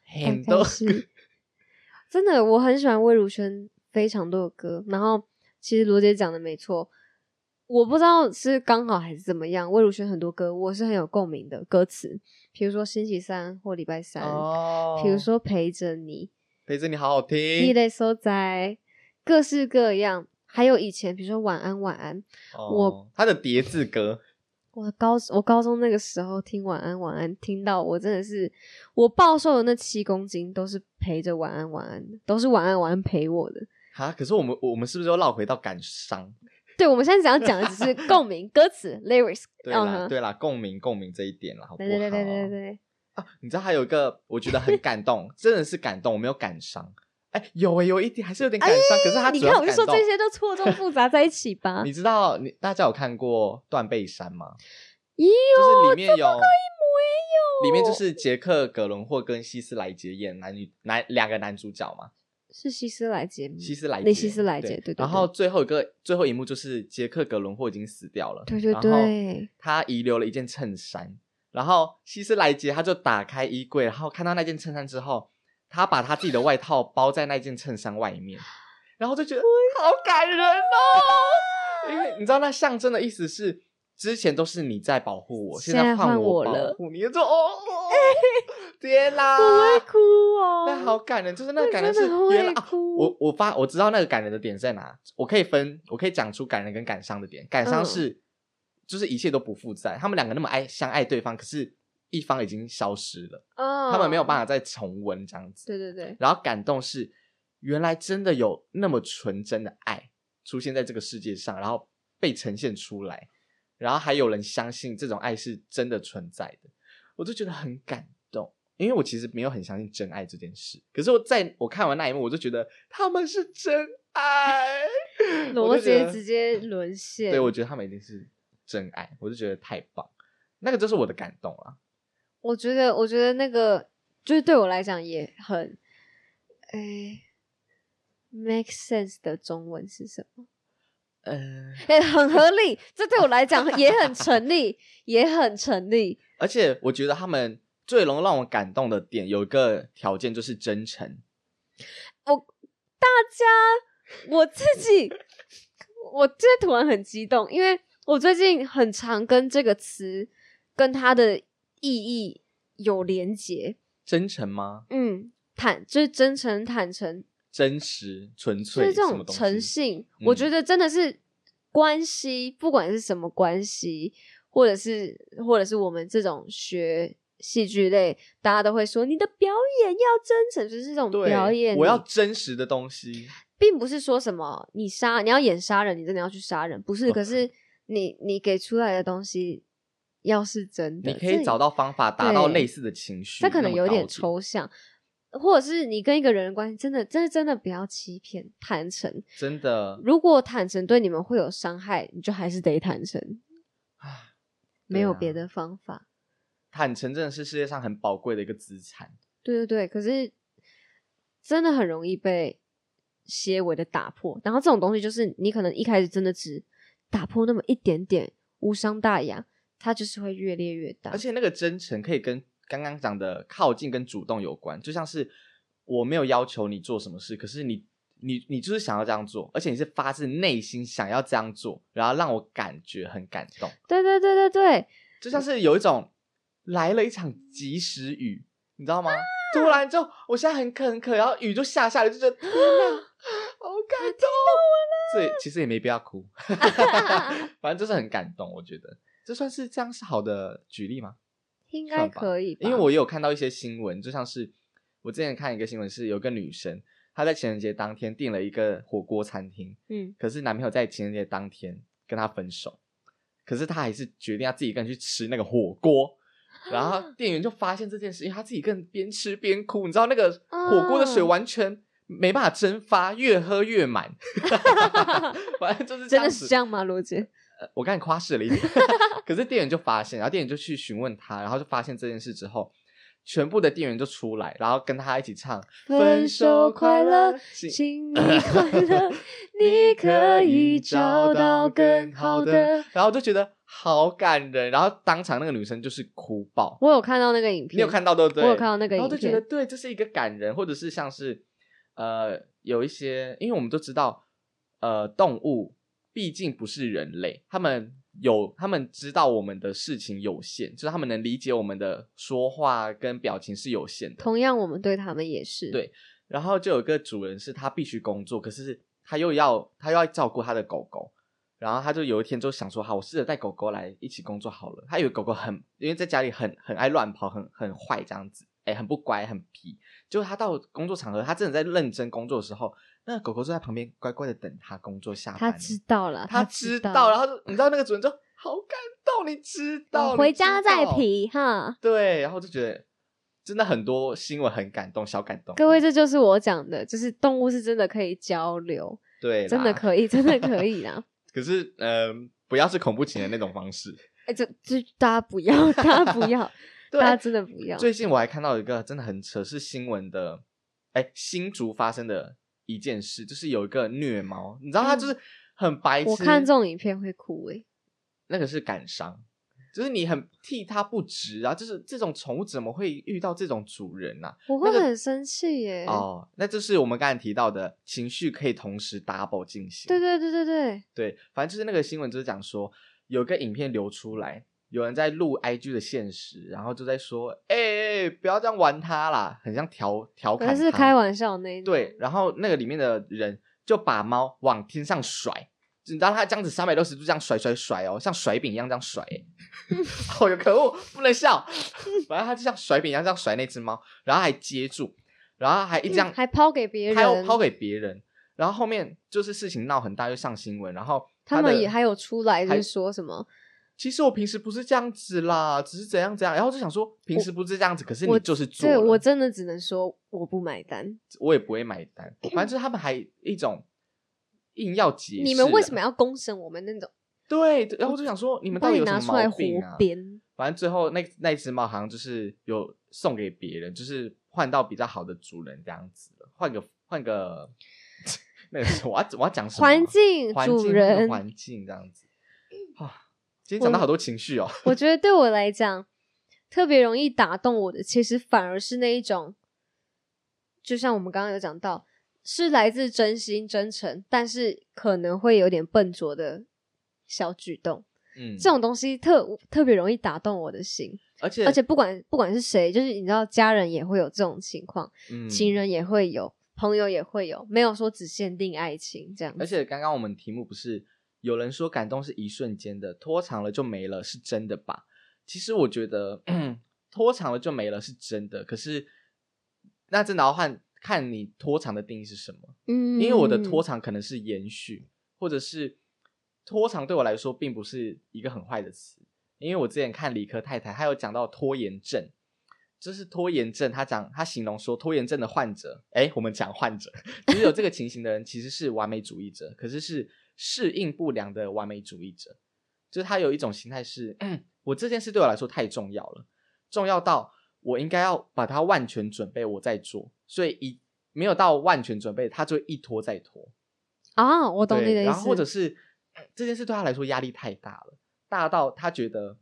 Speaker 3: 很
Speaker 1: 大概
Speaker 3: 多
Speaker 1: 是真的，我很喜欢魏如萱非常多的歌。然后其实罗姐讲的没错，我不知道是刚好还是怎么样，魏如萱很多歌我是很有共鸣的歌词，比如说星期三或礼拜三，
Speaker 3: 哦，
Speaker 1: 比如说陪着你，
Speaker 3: 陪着你好好听，
Speaker 1: 你的所在，各式各样。还有以前，比如说晚安晚安，
Speaker 3: 哦
Speaker 1: 我
Speaker 3: 他的叠字歌，
Speaker 1: 我高我高中那个时候听晚安晚安，听到我真的是我暴瘦的那七公斤都是陪着晚安晚安的，都是晚安晚安陪我的。
Speaker 3: 啊，可是我们我们是不是又绕回到感伤？
Speaker 1: 对，我们现在想要讲的只
Speaker 3: [LAUGHS]
Speaker 1: 是共鸣、歌词、lyrics。
Speaker 3: 对啦，
Speaker 1: 嗯
Speaker 3: 对啦，共鸣共鸣这一点啦，好不
Speaker 1: 对
Speaker 3: 好？
Speaker 1: 对对对对对，
Speaker 3: 啊，你知道还有一个我觉得很感动，真的是感动，我没有感伤。哎，有哎、有一点还是有点感伤，可是他
Speaker 1: 你
Speaker 3: 主要
Speaker 1: 看
Speaker 3: 是
Speaker 1: 我就说
Speaker 3: 感动。
Speaker 1: 这些都错综复杂在一起吧
Speaker 3: [LAUGHS] 你知道你大家有看过《断背山》吗？
Speaker 1: 咦
Speaker 3: 就是里面有，
Speaker 1: 有
Speaker 3: 里面就是杰克·葛伦霍跟希斯莱杰演男女男两个男主角嘛。
Speaker 1: 是希斯莱杰吗？
Speaker 3: 希斯莱
Speaker 1: 那
Speaker 3: 杰，
Speaker 1: 希斯莱杰，对对。对
Speaker 3: 然后最后一个最后一幕就是杰克·格伦霍已经死掉了，
Speaker 1: 对对
Speaker 3: 然后
Speaker 1: 对
Speaker 3: 他遗留了一件衬衫，然后希斯莱杰他就打开衣柜，然后看到那件衬衫之后，他把他自己的外套包在那件衬衫外面，然后就觉得好感
Speaker 1: [LAUGHS]
Speaker 3: 人哦，因为你知道那象征的意思是。之前都是你在保护我，
Speaker 1: 现
Speaker 3: 现
Speaker 1: 在
Speaker 3: 在
Speaker 1: 换
Speaker 3: 我
Speaker 1: 我
Speaker 3: 保
Speaker 1: 了
Speaker 3: 护你，就哦，哦
Speaker 1: [LAUGHS]
Speaker 3: 天啦！
Speaker 1: 我会哭哦。
Speaker 3: 那好感人，就是那
Speaker 1: 那
Speaker 3: 个感人
Speaker 1: 真
Speaker 3: 是
Speaker 1: 的会
Speaker 3: 原来、啊、
Speaker 1: 哭
Speaker 3: 我我发我知道那个感人的点在哪，我可以分，我可以讲出感人跟感伤的点。感伤
Speaker 1: 嗯
Speaker 3: 是、就是一切都不复在，他们两个那么爱相爱对方，可是一方已经消失了，
Speaker 1: 嗯，
Speaker 3: 他们没有办法再重温这样子。
Speaker 1: 对对对，
Speaker 3: 然后感动是原来真的有那么纯真的爱出现在这个世界上，然后被呈现出来，然后还有人相信这种爱是真的存在的，我就觉得很感动。因为我其实没有很相信真爱这件事，可是我在我看完那一幕，我就觉得他们是真
Speaker 1: [LAUGHS]
Speaker 3: 爱。我
Speaker 1: 罗
Speaker 3: 就觉
Speaker 1: 杰
Speaker 3: 得
Speaker 1: 直接沦陷。
Speaker 3: 对我觉得他们一定是真爱，我就觉得太棒，那个就是我的感动了。
Speaker 1: 我觉得，我觉得那个就是对我来讲也很，哎，make sense 的中文是什么？
Speaker 3: 嗯、
Speaker 1: [LAUGHS] 哎、很合理，这对我来讲也很成立，也很成立。
Speaker 3: 而且我觉得他们最能让我感动的点有一个条件就是真诚，
Speaker 1: 大家，我自己，我这突然很激动，因为我最近很常跟这个词跟它的意义有连结。
Speaker 3: 真诚吗？
Speaker 1: 嗯，坦就是真诚、坦诚，
Speaker 3: 真实、纯
Speaker 1: 就
Speaker 3: 粹，
Speaker 1: 是这
Speaker 3: 什么
Speaker 1: 种
Speaker 3: 东西嗯
Speaker 1: 诚信，我觉得真的是关系，不管是什么关系，或者是或者是我们这种学戏剧类，大家都会说你的表演要真诚，就是这种
Speaker 3: 对
Speaker 1: 表演，
Speaker 3: 我要
Speaker 1: 你
Speaker 3: 真实的东西。
Speaker 1: 并不是说什么你杀你要演杀人，你真的要去杀人，不
Speaker 3: 哦
Speaker 1: 是，可是你你给出来的东西要是真的，
Speaker 3: 你可以
Speaker 1: 这
Speaker 3: 找到方法达到
Speaker 1: 对
Speaker 3: 类似的情绪，
Speaker 1: 这可能
Speaker 3: 那么
Speaker 1: 有点
Speaker 3: 高级
Speaker 1: 抽象。或者是你跟一个人的关系，真的，真的，真的不要欺骗、坦诚，
Speaker 3: 真的
Speaker 1: 如果坦诚对你们会有伤害，你就还是得坦诚，
Speaker 3: 啊，
Speaker 1: 没有
Speaker 3: 对啊
Speaker 1: 别的方法。
Speaker 3: 坦诚真的是世界上很宝贵的一个资产。
Speaker 1: 对对对，可是真的很容易被些微的打破。然后这种东西就是你可能一开始真的只打破那么一点点，无伤大雅，它就是会越裂越大。
Speaker 3: 而且那个真诚可以跟刚刚讲的靠近跟主动有关，就像是我没有要求你做什么事，可是你你你就是想要这样做，而且你是发自内心想要这样做，然后让我感觉很感动，
Speaker 1: 对对对对对，
Speaker 3: 就像是有一种来了一场及时雨，你知道吗？突然就我现在很渴很渴，然后雨就下下来，就觉得天哪，好感动。 [LAUGHS] 这其实也没必要哭，反正就是很感动，我觉得这算是这样是好的举例吗？
Speaker 1: 应该
Speaker 3: 算吧
Speaker 1: 可以吧，
Speaker 3: 因为我也有看到一些新闻，就像是我之前看一个新闻是有个女生，她在情人节当天订了一个火锅餐厅，
Speaker 1: 嗯，
Speaker 3: 可是男朋友在情人节当天跟她分手，可是她还是决定要自己一个人去吃那个火
Speaker 1: [LAUGHS]
Speaker 3: 锅。然后店员就发现这件事，因为她自己一个人边吃边哭，你知道那个火锅的水
Speaker 1: 啊
Speaker 3: 完全没办法蒸发，越喝
Speaker 1: [LAUGHS]
Speaker 3: 越满，反正就是这
Speaker 1: 真
Speaker 3: 样
Speaker 1: 的
Speaker 3: 子
Speaker 1: 是这样吗？罗姐，
Speaker 3: 呃我刚才夸饰了一点， [LAUGHS] 可是店员就发现，然后店员就去询问他，然后就发现这件事之后，全部的店员就出来，然后跟他一起唱《
Speaker 1: 分手快乐
Speaker 3: 请
Speaker 1: 请你快 [LAUGHS] 乐，你可以找到更好的。
Speaker 3: 然后我就觉得好感人，然后当场那个女生就是哭爆，
Speaker 1: 我有看到那个影片，
Speaker 3: 你有看到对不对？
Speaker 1: 我有看到那个
Speaker 3: 然后
Speaker 1: 影
Speaker 3: 就觉得
Speaker 1: 片，
Speaker 3: 对，这是一个感人，或者是像是呃有一些，因为我们都知道，呃，动物毕竟不是人类，他们有他们知道我们的事情有限，就是他们能理解我们的说话跟表情是有限的。
Speaker 1: 同样我们对他们也是，
Speaker 3: 对然后就有一个主人是他必须工作，可是他又要他又要照顾他的狗狗。然后他就有一天就想说，好，我试着带狗狗来一起工作好了。他以为狗狗很，因为在家里很很爱乱跑，很很坏这样子，哎，很不乖，很皮。就他到工作场合，他真的在认真工作的时候，那个狗狗就在旁边乖乖的等他工作下班。
Speaker 1: 他知道了，
Speaker 3: 他知
Speaker 1: 知
Speaker 3: 道，然后就你知道那个主人就好感动，你知道，
Speaker 1: 哦
Speaker 3: 你
Speaker 1: 回
Speaker 3: 知
Speaker 1: 家再
Speaker 3: 道。
Speaker 1: 皮哈。
Speaker 3: 对，然后就觉得真的很多新闻很感动，小感动。
Speaker 1: 各位，这就是我讲的，就是动物是真的可以交流，
Speaker 3: 对啦，
Speaker 1: 真的
Speaker 3: [LAUGHS]
Speaker 1: 可以，真的可以啦。
Speaker 3: 可是，呃，不要是恐怖情人那种方式。
Speaker 1: 哎，这这大家不
Speaker 3: [LAUGHS]
Speaker 1: 要，大家不要，[LAUGHS]
Speaker 3: 对
Speaker 1: 大家真的不要。
Speaker 3: 最近我还看到一个真的很扯，是新闻的，哎，新竹发生的一件事，就是有一个虐猫，你知道他就是很白痴，
Speaker 1: 嗯我看这种影片会哭哎诶、
Speaker 3: 那个是感伤，就是你很替他不值啊，就是这种宠物怎么会遇到这种主人呢、
Speaker 1: 我会
Speaker 3: 那个
Speaker 1: 很生气耶、
Speaker 3: 哦，那就是我们刚才提到的情绪可以同时 double 进行，
Speaker 1: 对对对对对，
Speaker 3: 对，反正就是那个新闻就是讲说，有个影片流出来，有人在录 IG 的现实，然后就在说，哎、欸不要这样玩他啦，很像调调侃
Speaker 1: 可
Speaker 3: 他。
Speaker 1: 是开玩笑那一种
Speaker 3: 对，，然后那个里面的人就把猫往天上甩，你知道他这样子三百六十度这样甩甩甩哦，像甩饼一样这样
Speaker 1: [LAUGHS]
Speaker 3: 甩、欸，好有可恶，不能笑。反正他就像甩饼一样这样甩那只猫，然后还接住，然后还一直这样、
Speaker 1: 嗯还抛给别
Speaker 3: 还要
Speaker 1: 人
Speaker 3: 抛给别人。然后后面就是事情闹很大，又上新闻，然后
Speaker 1: 他
Speaker 3: 的
Speaker 1: 们也还有出来就
Speaker 3: 还
Speaker 1: 是说什么，
Speaker 3: 其实我平时不是这样子啦，只是怎样怎样，然后就想说平时不是这样子，可是
Speaker 1: 我
Speaker 3: 你就是做
Speaker 1: 对
Speaker 3: 了
Speaker 1: 我真的只能说我不买单。
Speaker 3: 我也不会买单。反正就是他们还一种硬要解释啊，
Speaker 1: 你们为什么要公审我们那种？
Speaker 3: 对？对然后我就想说你们到底有
Speaker 1: 把
Speaker 3: 什么
Speaker 1: 你拿出来
Speaker 3: 毛
Speaker 1: 活
Speaker 3: 病啊？
Speaker 1: 编？
Speaker 3: 反正最后那那只猫好像就是有送给别人，就是换到比较好的主人这样子了，换个换个 [LAUGHS] 那个是我要我要讲什么啊？
Speaker 1: 环境、
Speaker 3: 环
Speaker 1: 主
Speaker 3: 境
Speaker 1: 人，
Speaker 3: 环境这样子啊。今天讲到
Speaker 1: 我
Speaker 3: 好多情绪哦，
Speaker 1: 我觉得对我来讲，特别容易打动我的，其实反而是那一种，就像我们刚刚有讲到，是来自真心真诚，但是可能会有点笨拙的小举动，
Speaker 3: 嗯，
Speaker 1: 这种东西特特别容易打动我的心。
Speaker 3: 而且
Speaker 1: 而且不管不管是谁，就是你知道，家人也会有这种情况，
Speaker 3: 嗯
Speaker 1: 情人也会有，朋友也会有，没有说只限定爱情这样
Speaker 3: 而
Speaker 1: 子。
Speaker 3: 且刚刚我们题目不是有人说感动是一瞬间的，拖长了就没了，是真的吧？其实我觉得 [CLEARS THROAT] 拖长了就没了是真的，可是那真的要换看你拖长的定义是什么。
Speaker 1: 嗯
Speaker 3: 因为我的拖长可能是延续，或者是拖长对我来说并不是一个很坏的词，因为我之前看理科太太，她有讲到拖延症，就是拖延症，她讲她形容说拖延症的患者，哎，我们讲患者，就是有这个情形的人其实是完美主义者，可是是适应不良的完美主义者，就是他有一种心态是，嗯我这件事对我来说太重要了，重要到我应该要把它万全准备，我再做，所以一没有到万全准备，他就一拖再拖。
Speaker 1: 啊，我懂
Speaker 3: 对
Speaker 1: 你的意
Speaker 3: 然后
Speaker 1: 思，
Speaker 3: 或者是嗯这件事对他来说压力太大了，大到他觉得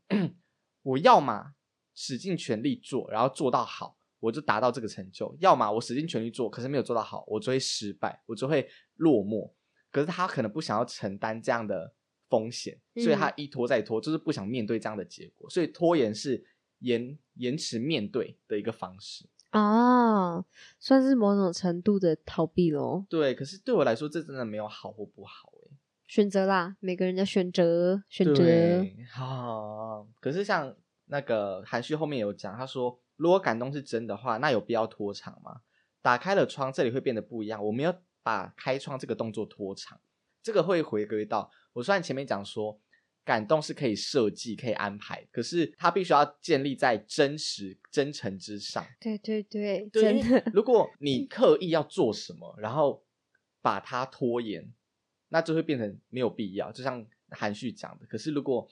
Speaker 3: 我要嘛使尽全力做，然后做到好，我就达到这个成就，要么我使尽全力做，可是没有做到好，我就会失败，我就会落寞。可是他可能不想要承担这样的风险，
Speaker 1: 嗯
Speaker 3: 所以他一拖再拖，就是不想面对这样的结果，所以拖延是延延迟面对的一个方式。
Speaker 1: 啊，算是某种程度的逃避咯。
Speaker 3: 对，可是对我来说，这真的没有好或不好哎、
Speaker 1: 选择啦，每个人的选择，选择
Speaker 3: 对啊，可是像那个韩旭后面有讲，他说如果感动是真的话，那有必要拖长吗？打开了窗，这里会变得不一样。我没有把开窗这个动作拖长，这个会回归到我虽然前面讲说感动是可以设计、可以安排，可是它必须要建立在真实、真诚之上。
Speaker 1: 对对对，
Speaker 3: 对，
Speaker 1: 真
Speaker 3: 因
Speaker 1: 的
Speaker 3: 为
Speaker 1: 嗯
Speaker 3: 如果你刻意要做什么，然后把它拖延，那就会变成没有必要。就像韩旭讲的，可是如果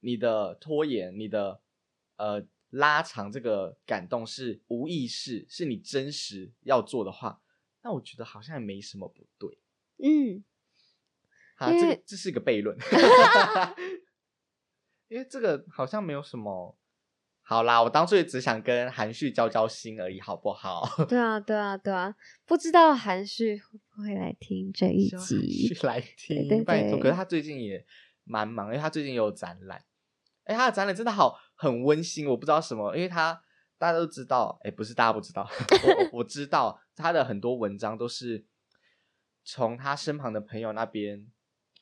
Speaker 3: 你的拖延、你的呃拉长这个感动是无意识，是你真实要做的话，那我觉得好像也没什么不对。
Speaker 1: 嗯，
Speaker 3: 啊，
Speaker 1: 因
Speaker 3: 这
Speaker 1: 为
Speaker 3: 个这是一个
Speaker 1: [LAUGHS]
Speaker 3: 悖论，因为这个好像没有什么。好啦，我当初也只想跟韩旭交交心而已，好不好？
Speaker 1: 对啊对啊对啊，不知道韩旭会不会来听这一
Speaker 3: 希望韩
Speaker 1: 集
Speaker 3: 旭？来听，
Speaker 1: 对
Speaker 3: 拜托。
Speaker 1: 对
Speaker 3: 可是他最近也蛮忙，因为他最近也有展览。哎，他的展览真的好很温馨，我不知道什么，因为他大家都知道，哎，不是大家不知道，我我我知道他的很多文章都是从他身旁的朋友那边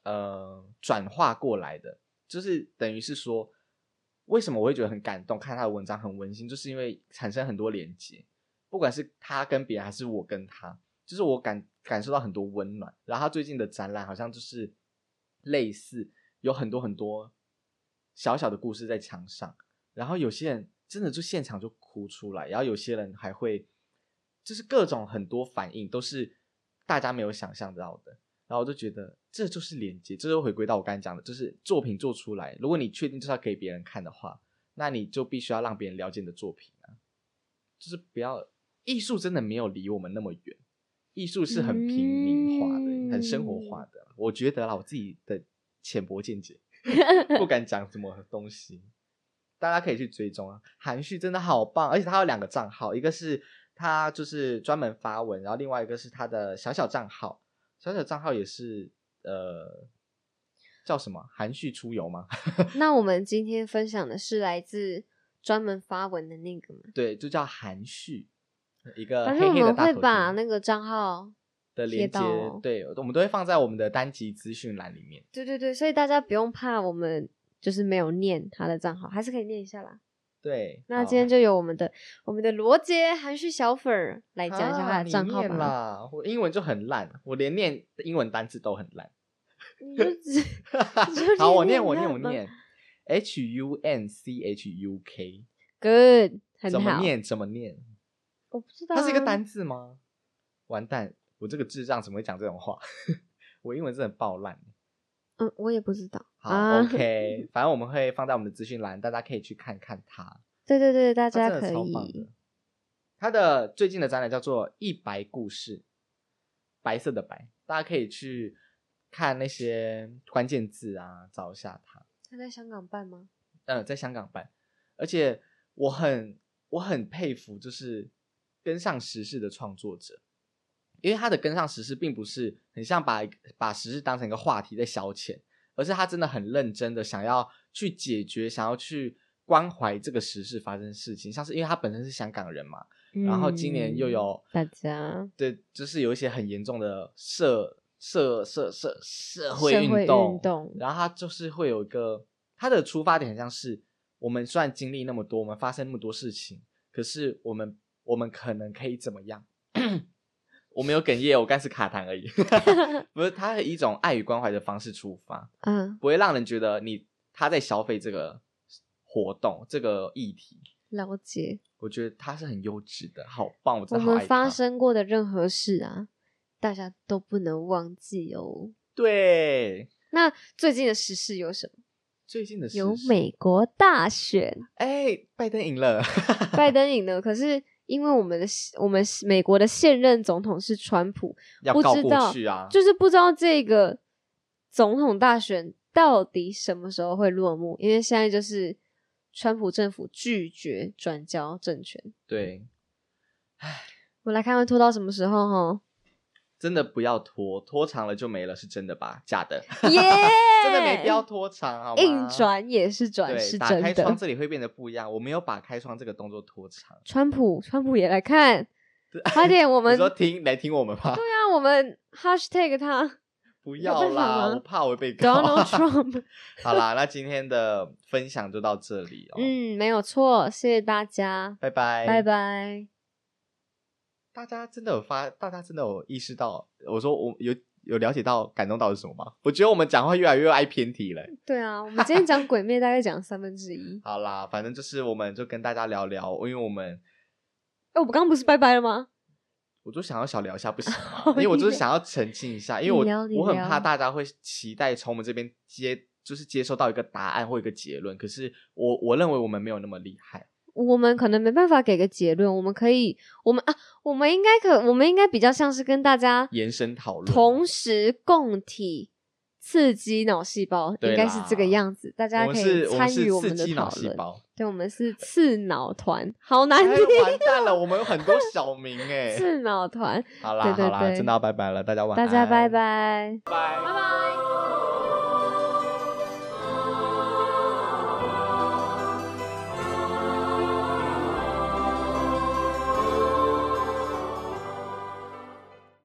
Speaker 3: 呃转化过来的，就是等于是说，为什么我会觉得很感动，看他的文章很温馨，就是因为产生很多连接，不管是他跟别人还是我跟他，就是我感感受到很多温暖。然后他最近的展览好像就是类似有很多很多小小的故事在墙上，然后有些人真的就现场就哭出来，然后有些人还会就是各种很多反应都是大家没有想象到的。然后我就觉得这就是连接，这就回归到我刚才讲的，就是作品做出来，如果你确定就是要给别人看的话，那你就必须要让别人了解你的作品啊，就是不要艺术真的没有离我们那么远，艺术是很平民化的、
Speaker 1: 嗯
Speaker 3: 很生活化的，我觉得啦，我自己的浅薄见解，
Speaker 1: [LAUGHS]
Speaker 3: 不敢讲什么东西。大家可以去追踪啊，韩旭真的好棒，而且他有两个账号，一个是他就是专门发文，然后另外一个是他的小小账号，小小账号也是呃叫什么韩旭出游吗？ [LAUGHS]
Speaker 1: 那我们今天分享的是来自专门发文的那个嘛，
Speaker 3: 对，就叫韩旭，一个
Speaker 1: 反
Speaker 3: 呃黑
Speaker 1: 正我
Speaker 3: 黑的
Speaker 1: 们
Speaker 3: 大
Speaker 1: 会
Speaker 3: 头
Speaker 1: 把
Speaker 3: 贴
Speaker 1: 那个账号
Speaker 3: 的
Speaker 1: 贴
Speaker 3: 链接
Speaker 1: 到哦，
Speaker 3: 对，我们都会放在我们的单集资讯栏里面。
Speaker 1: 对对对，所以大家不用怕我们就是没有念他的账号，还是可以念一下啦。
Speaker 3: 对，
Speaker 1: 那今天
Speaker 3: 就
Speaker 1: 就由我们的我们的罗杰含蓄小粉儿来讲一下
Speaker 3: 啊
Speaker 1: 他的账号吧。
Speaker 3: 啦。我英文就很烂，我连念英文单字都很烂。
Speaker 1: 你就
Speaker 3: [LAUGHS]
Speaker 1: 只 [LAUGHS] 就
Speaker 3: 好，我
Speaker 1: 念
Speaker 3: 念，我
Speaker 1: 那
Speaker 3: 念，我
Speaker 1: 吧
Speaker 3: 念。H U N C H U K，
Speaker 1: good 很
Speaker 3: 怎么
Speaker 1: 好，
Speaker 3: 念？怎么念？
Speaker 1: 我不知道、啊，
Speaker 3: 它是一个单字吗？完蛋，我这个智障怎么会讲这种话？ [LAUGHS] 我英文真的爆烂。
Speaker 1: 嗯，我也不知道啊
Speaker 3: 好、o k 反正我们会放在我们的资讯栏，大家可以去看看它。
Speaker 1: 对对对，大
Speaker 3: 大
Speaker 1: 家可
Speaker 3: 超棒
Speaker 1: 以
Speaker 3: 的。他的最近的展览叫做《一白故事》，白色的白，大家可以去看那些关键字啊，找一下它。
Speaker 1: 他在香港办吗？
Speaker 3: 呃，在香港办，而且我很我很佩服，就是跟上时事的创作者，因为他的跟上时事并不是很像把一个把时事当成一个话题在消遣，而是他真的很认真的想要去解决，想要去关怀这个时事发生的事情，像是因为他本身是香港人嘛，然后今年又有
Speaker 1: 嗯大
Speaker 3: [LAUGHS]
Speaker 1: 家
Speaker 3: 对，就是有一些很严重的社社社社社
Speaker 1: 社
Speaker 3: 会
Speaker 1: 会
Speaker 3: 运
Speaker 1: 运动
Speaker 3: 然后他就是会有一个他的出发点，很像是我们虽然经历那么多，我们发生那么多事情，可是我们我们可能可以怎么样？ [COUGHS] 我没有哽咽，我刚是卡痰而已。 [LAUGHS] 不是，他以一种爱与关怀的方式出发，
Speaker 1: 嗯
Speaker 3: 不会让人觉得你他在消费这个活动这个议题。
Speaker 1: 了解
Speaker 3: 我觉得他是很优质的，好棒！我
Speaker 1: 我
Speaker 3: 真的好爱
Speaker 1: 们
Speaker 3: 他
Speaker 1: 发生过的任何事啊，大家都不能忘记哦。
Speaker 3: 对，
Speaker 1: 那最近的时事有什么？
Speaker 3: 最近的时
Speaker 1: 有
Speaker 3: 事
Speaker 1: 美国大
Speaker 3: [LAUGHS]
Speaker 1: 选，
Speaker 3: 哎、拜登赢了， [LAUGHS]
Speaker 1: 拜登赢了，可是因为我们的我们美国的现任总统是川普，
Speaker 3: 要
Speaker 1: 不
Speaker 3: 告
Speaker 1: 知
Speaker 3: 过
Speaker 1: 道
Speaker 3: 去啊，
Speaker 1: 就是不知道这个总统大选到底什么时候会落幕，因为现在就是川普政府拒绝转交政权，
Speaker 3: 对，
Speaker 1: 我来看会拖到什么时候
Speaker 3: [LAUGHS]
Speaker 1: 哦。
Speaker 3: 真的不要拖，拖长了就没了，是真的吧？假的，
Speaker 1: 耶，
Speaker 3: [LAUGHS] 真的没必要拖长，好吗？
Speaker 1: 硬转也是转，
Speaker 3: 对，
Speaker 1: 是
Speaker 3: 打
Speaker 1: 真
Speaker 3: 开窗
Speaker 1: 的。
Speaker 3: 这里会变得不一样。我没有把开窗这个动作拖长。
Speaker 1: 川普，川普也来
Speaker 3: [LAUGHS]
Speaker 1: 看，
Speaker 3: 对
Speaker 1: 快点，我
Speaker 3: 你
Speaker 1: 们
Speaker 3: 说听来听我们吧，
Speaker 1: 对啊，我们 hashtag 他
Speaker 3: [LAUGHS] 不
Speaker 1: 有
Speaker 3: 要
Speaker 1: 办法
Speaker 3: 啦，
Speaker 1: 吗
Speaker 3: 我怕我会被告。
Speaker 1: [LAUGHS]
Speaker 3: [LAUGHS]
Speaker 1: Donald Trump。
Speaker 3: 好啦，那今天的分享就到这里
Speaker 1: [LAUGHS]
Speaker 3: 哦，
Speaker 1: 嗯，没有错，谢谢大家，
Speaker 3: 拜拜，
Speaker 1: 拜。拜。
Speaker 3: 大家真的有发，大家真的有意识到，我说我有有了解到感动到是什么吗？我觉得我们讲话越来越爱偏题了。
Speaker 1: 对啊，我们今天讲鬼灭大概讲三分之一。
Speaker 3: 好啦，反正就是我们就跟大家聊聊，因为我们
Speaker 1: 哎，我们刚刚不是拜拜了吗？？
Speaker 3: 我就想要小聊一下，不行吗
Speaker 1: 好
Speaker 3: 因为我就是
Speaker 1: 耶
Speaker 3: 想要澄清一下，因为
Speaker 1: 你聊
Speaker 3: 我
Speaker 1: 你
Speaker 3: 我很
Speaker 1: 聊
Speaker 3: 怕大家会期待从我们这边接，就是接收到一个答案或一个结论。可是我我认为我们没有那么厉害，
Speaker 1: 我们可能没办法给个结论，我们可以，我们啊，我们应该可，我们应该比较像是跟大家
Speaker 3: 延伸讨论。
Speaker 1: 同时共体刺激脑细胞，
Speaker 3: 对
Speaker 1: 应
Speaker 3: 啦
Speaker 1: 该是这个样子，大家
Speaker 3: 我
Speaker 1: 可
Speaker 3: 们
Speaker 1: 以
Speaker 3: 是我们
Speaker 1: 参
Speaker 3: 是
Speaker 1: 与我
Speaker 3: 刺
Speaker 1: 们的
Speaker 3: 激
Speaker 1: 讨
Speaker 3: 脑细
Speaker 1: 论。 [LAUGHS] 啊
Speaker 3: 胞，
Speaker 1: 对，我们是刺脑团，好难
Speaker 3: 哎
Speaker 1: 听，
Speaker 3: 完蛋了，我们有很多小名哎、
Speaker 1: [LAUGHS] 刺脑团，
Speaker 3: 好啦
Speaker 1: 对对
Speaker 3: 好啦，
Speaker 1: 对
Speaker 3: 真的要拜拜了，大家晚
Speaker 1: 大
Speaker 3: 安，
Speaker 1: 家拜拜。
Speaker 4: 拜。
Speaker 1: 拜。